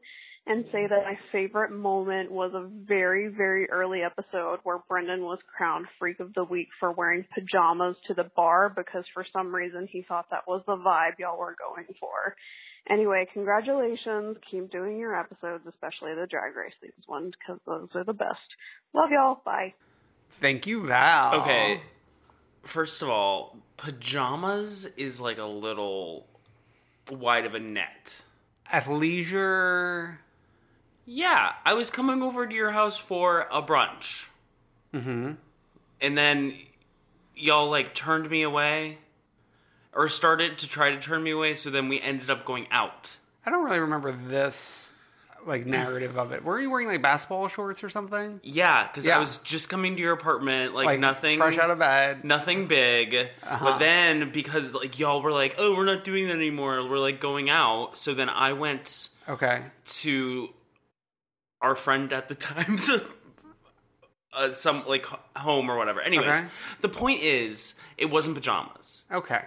[SPEAKER 8] and say that my favorite moment was a very, very early episode where Brendan was crowned Freak of the Week for wearing pajamas to the bar because for some reason he thought that was the vibe y'all were going for. Anyway, congratulations. Keep doing your episodes, especially the Drag Race Things ones, because those are the best. Love y'all. Bye.
[SPEAKER 3] Thank you, Val.
[SPEAKER 2] Okay. First of all, pajamas is like a little wide of a net.
[SPEAKER 3] Athleisure.
[SPEAKER 2] Yeah, I was coming over to your house for a brunch,
[SPEAKER 3] Mm-hmm.
[SPEAKER 2] and then y'all like turned me away or started to try to turn me away, so then we ended up going out.
[SPEAKER 3] I don't really remember this like narrative of it. Were you wearing like basketball shorts or something?
[SPEAKER 2] Yeah, because
[SPEAKER 3] Yeah.
[SPEAKER 2] I was just coming to your apartment, like,
[SPEAKER 3] Like,
[SPEAKER 2] nothing
[SPEAKER 3] fresh out of bed,
[SPEAKER 2] nothing big.
[SPEAKER 3] Uh-huh.
[SPEAKER 2] But then because like y'all were like, "Oh, we're not doing that anymore. We're like going out." So then I went
[SPEAKER 3] Okay.
[SPEAKER 2] to our friend at the [LAUGHS] time's uh, some like h- home or whatever. Anyways,
[SPEAKER 3] Okay.
[SPEAKER 2] the point is, it wasn't pajamas.
[SPEAKER 3] Okay.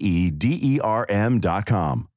[SPEAKER 9] E D E R M.com.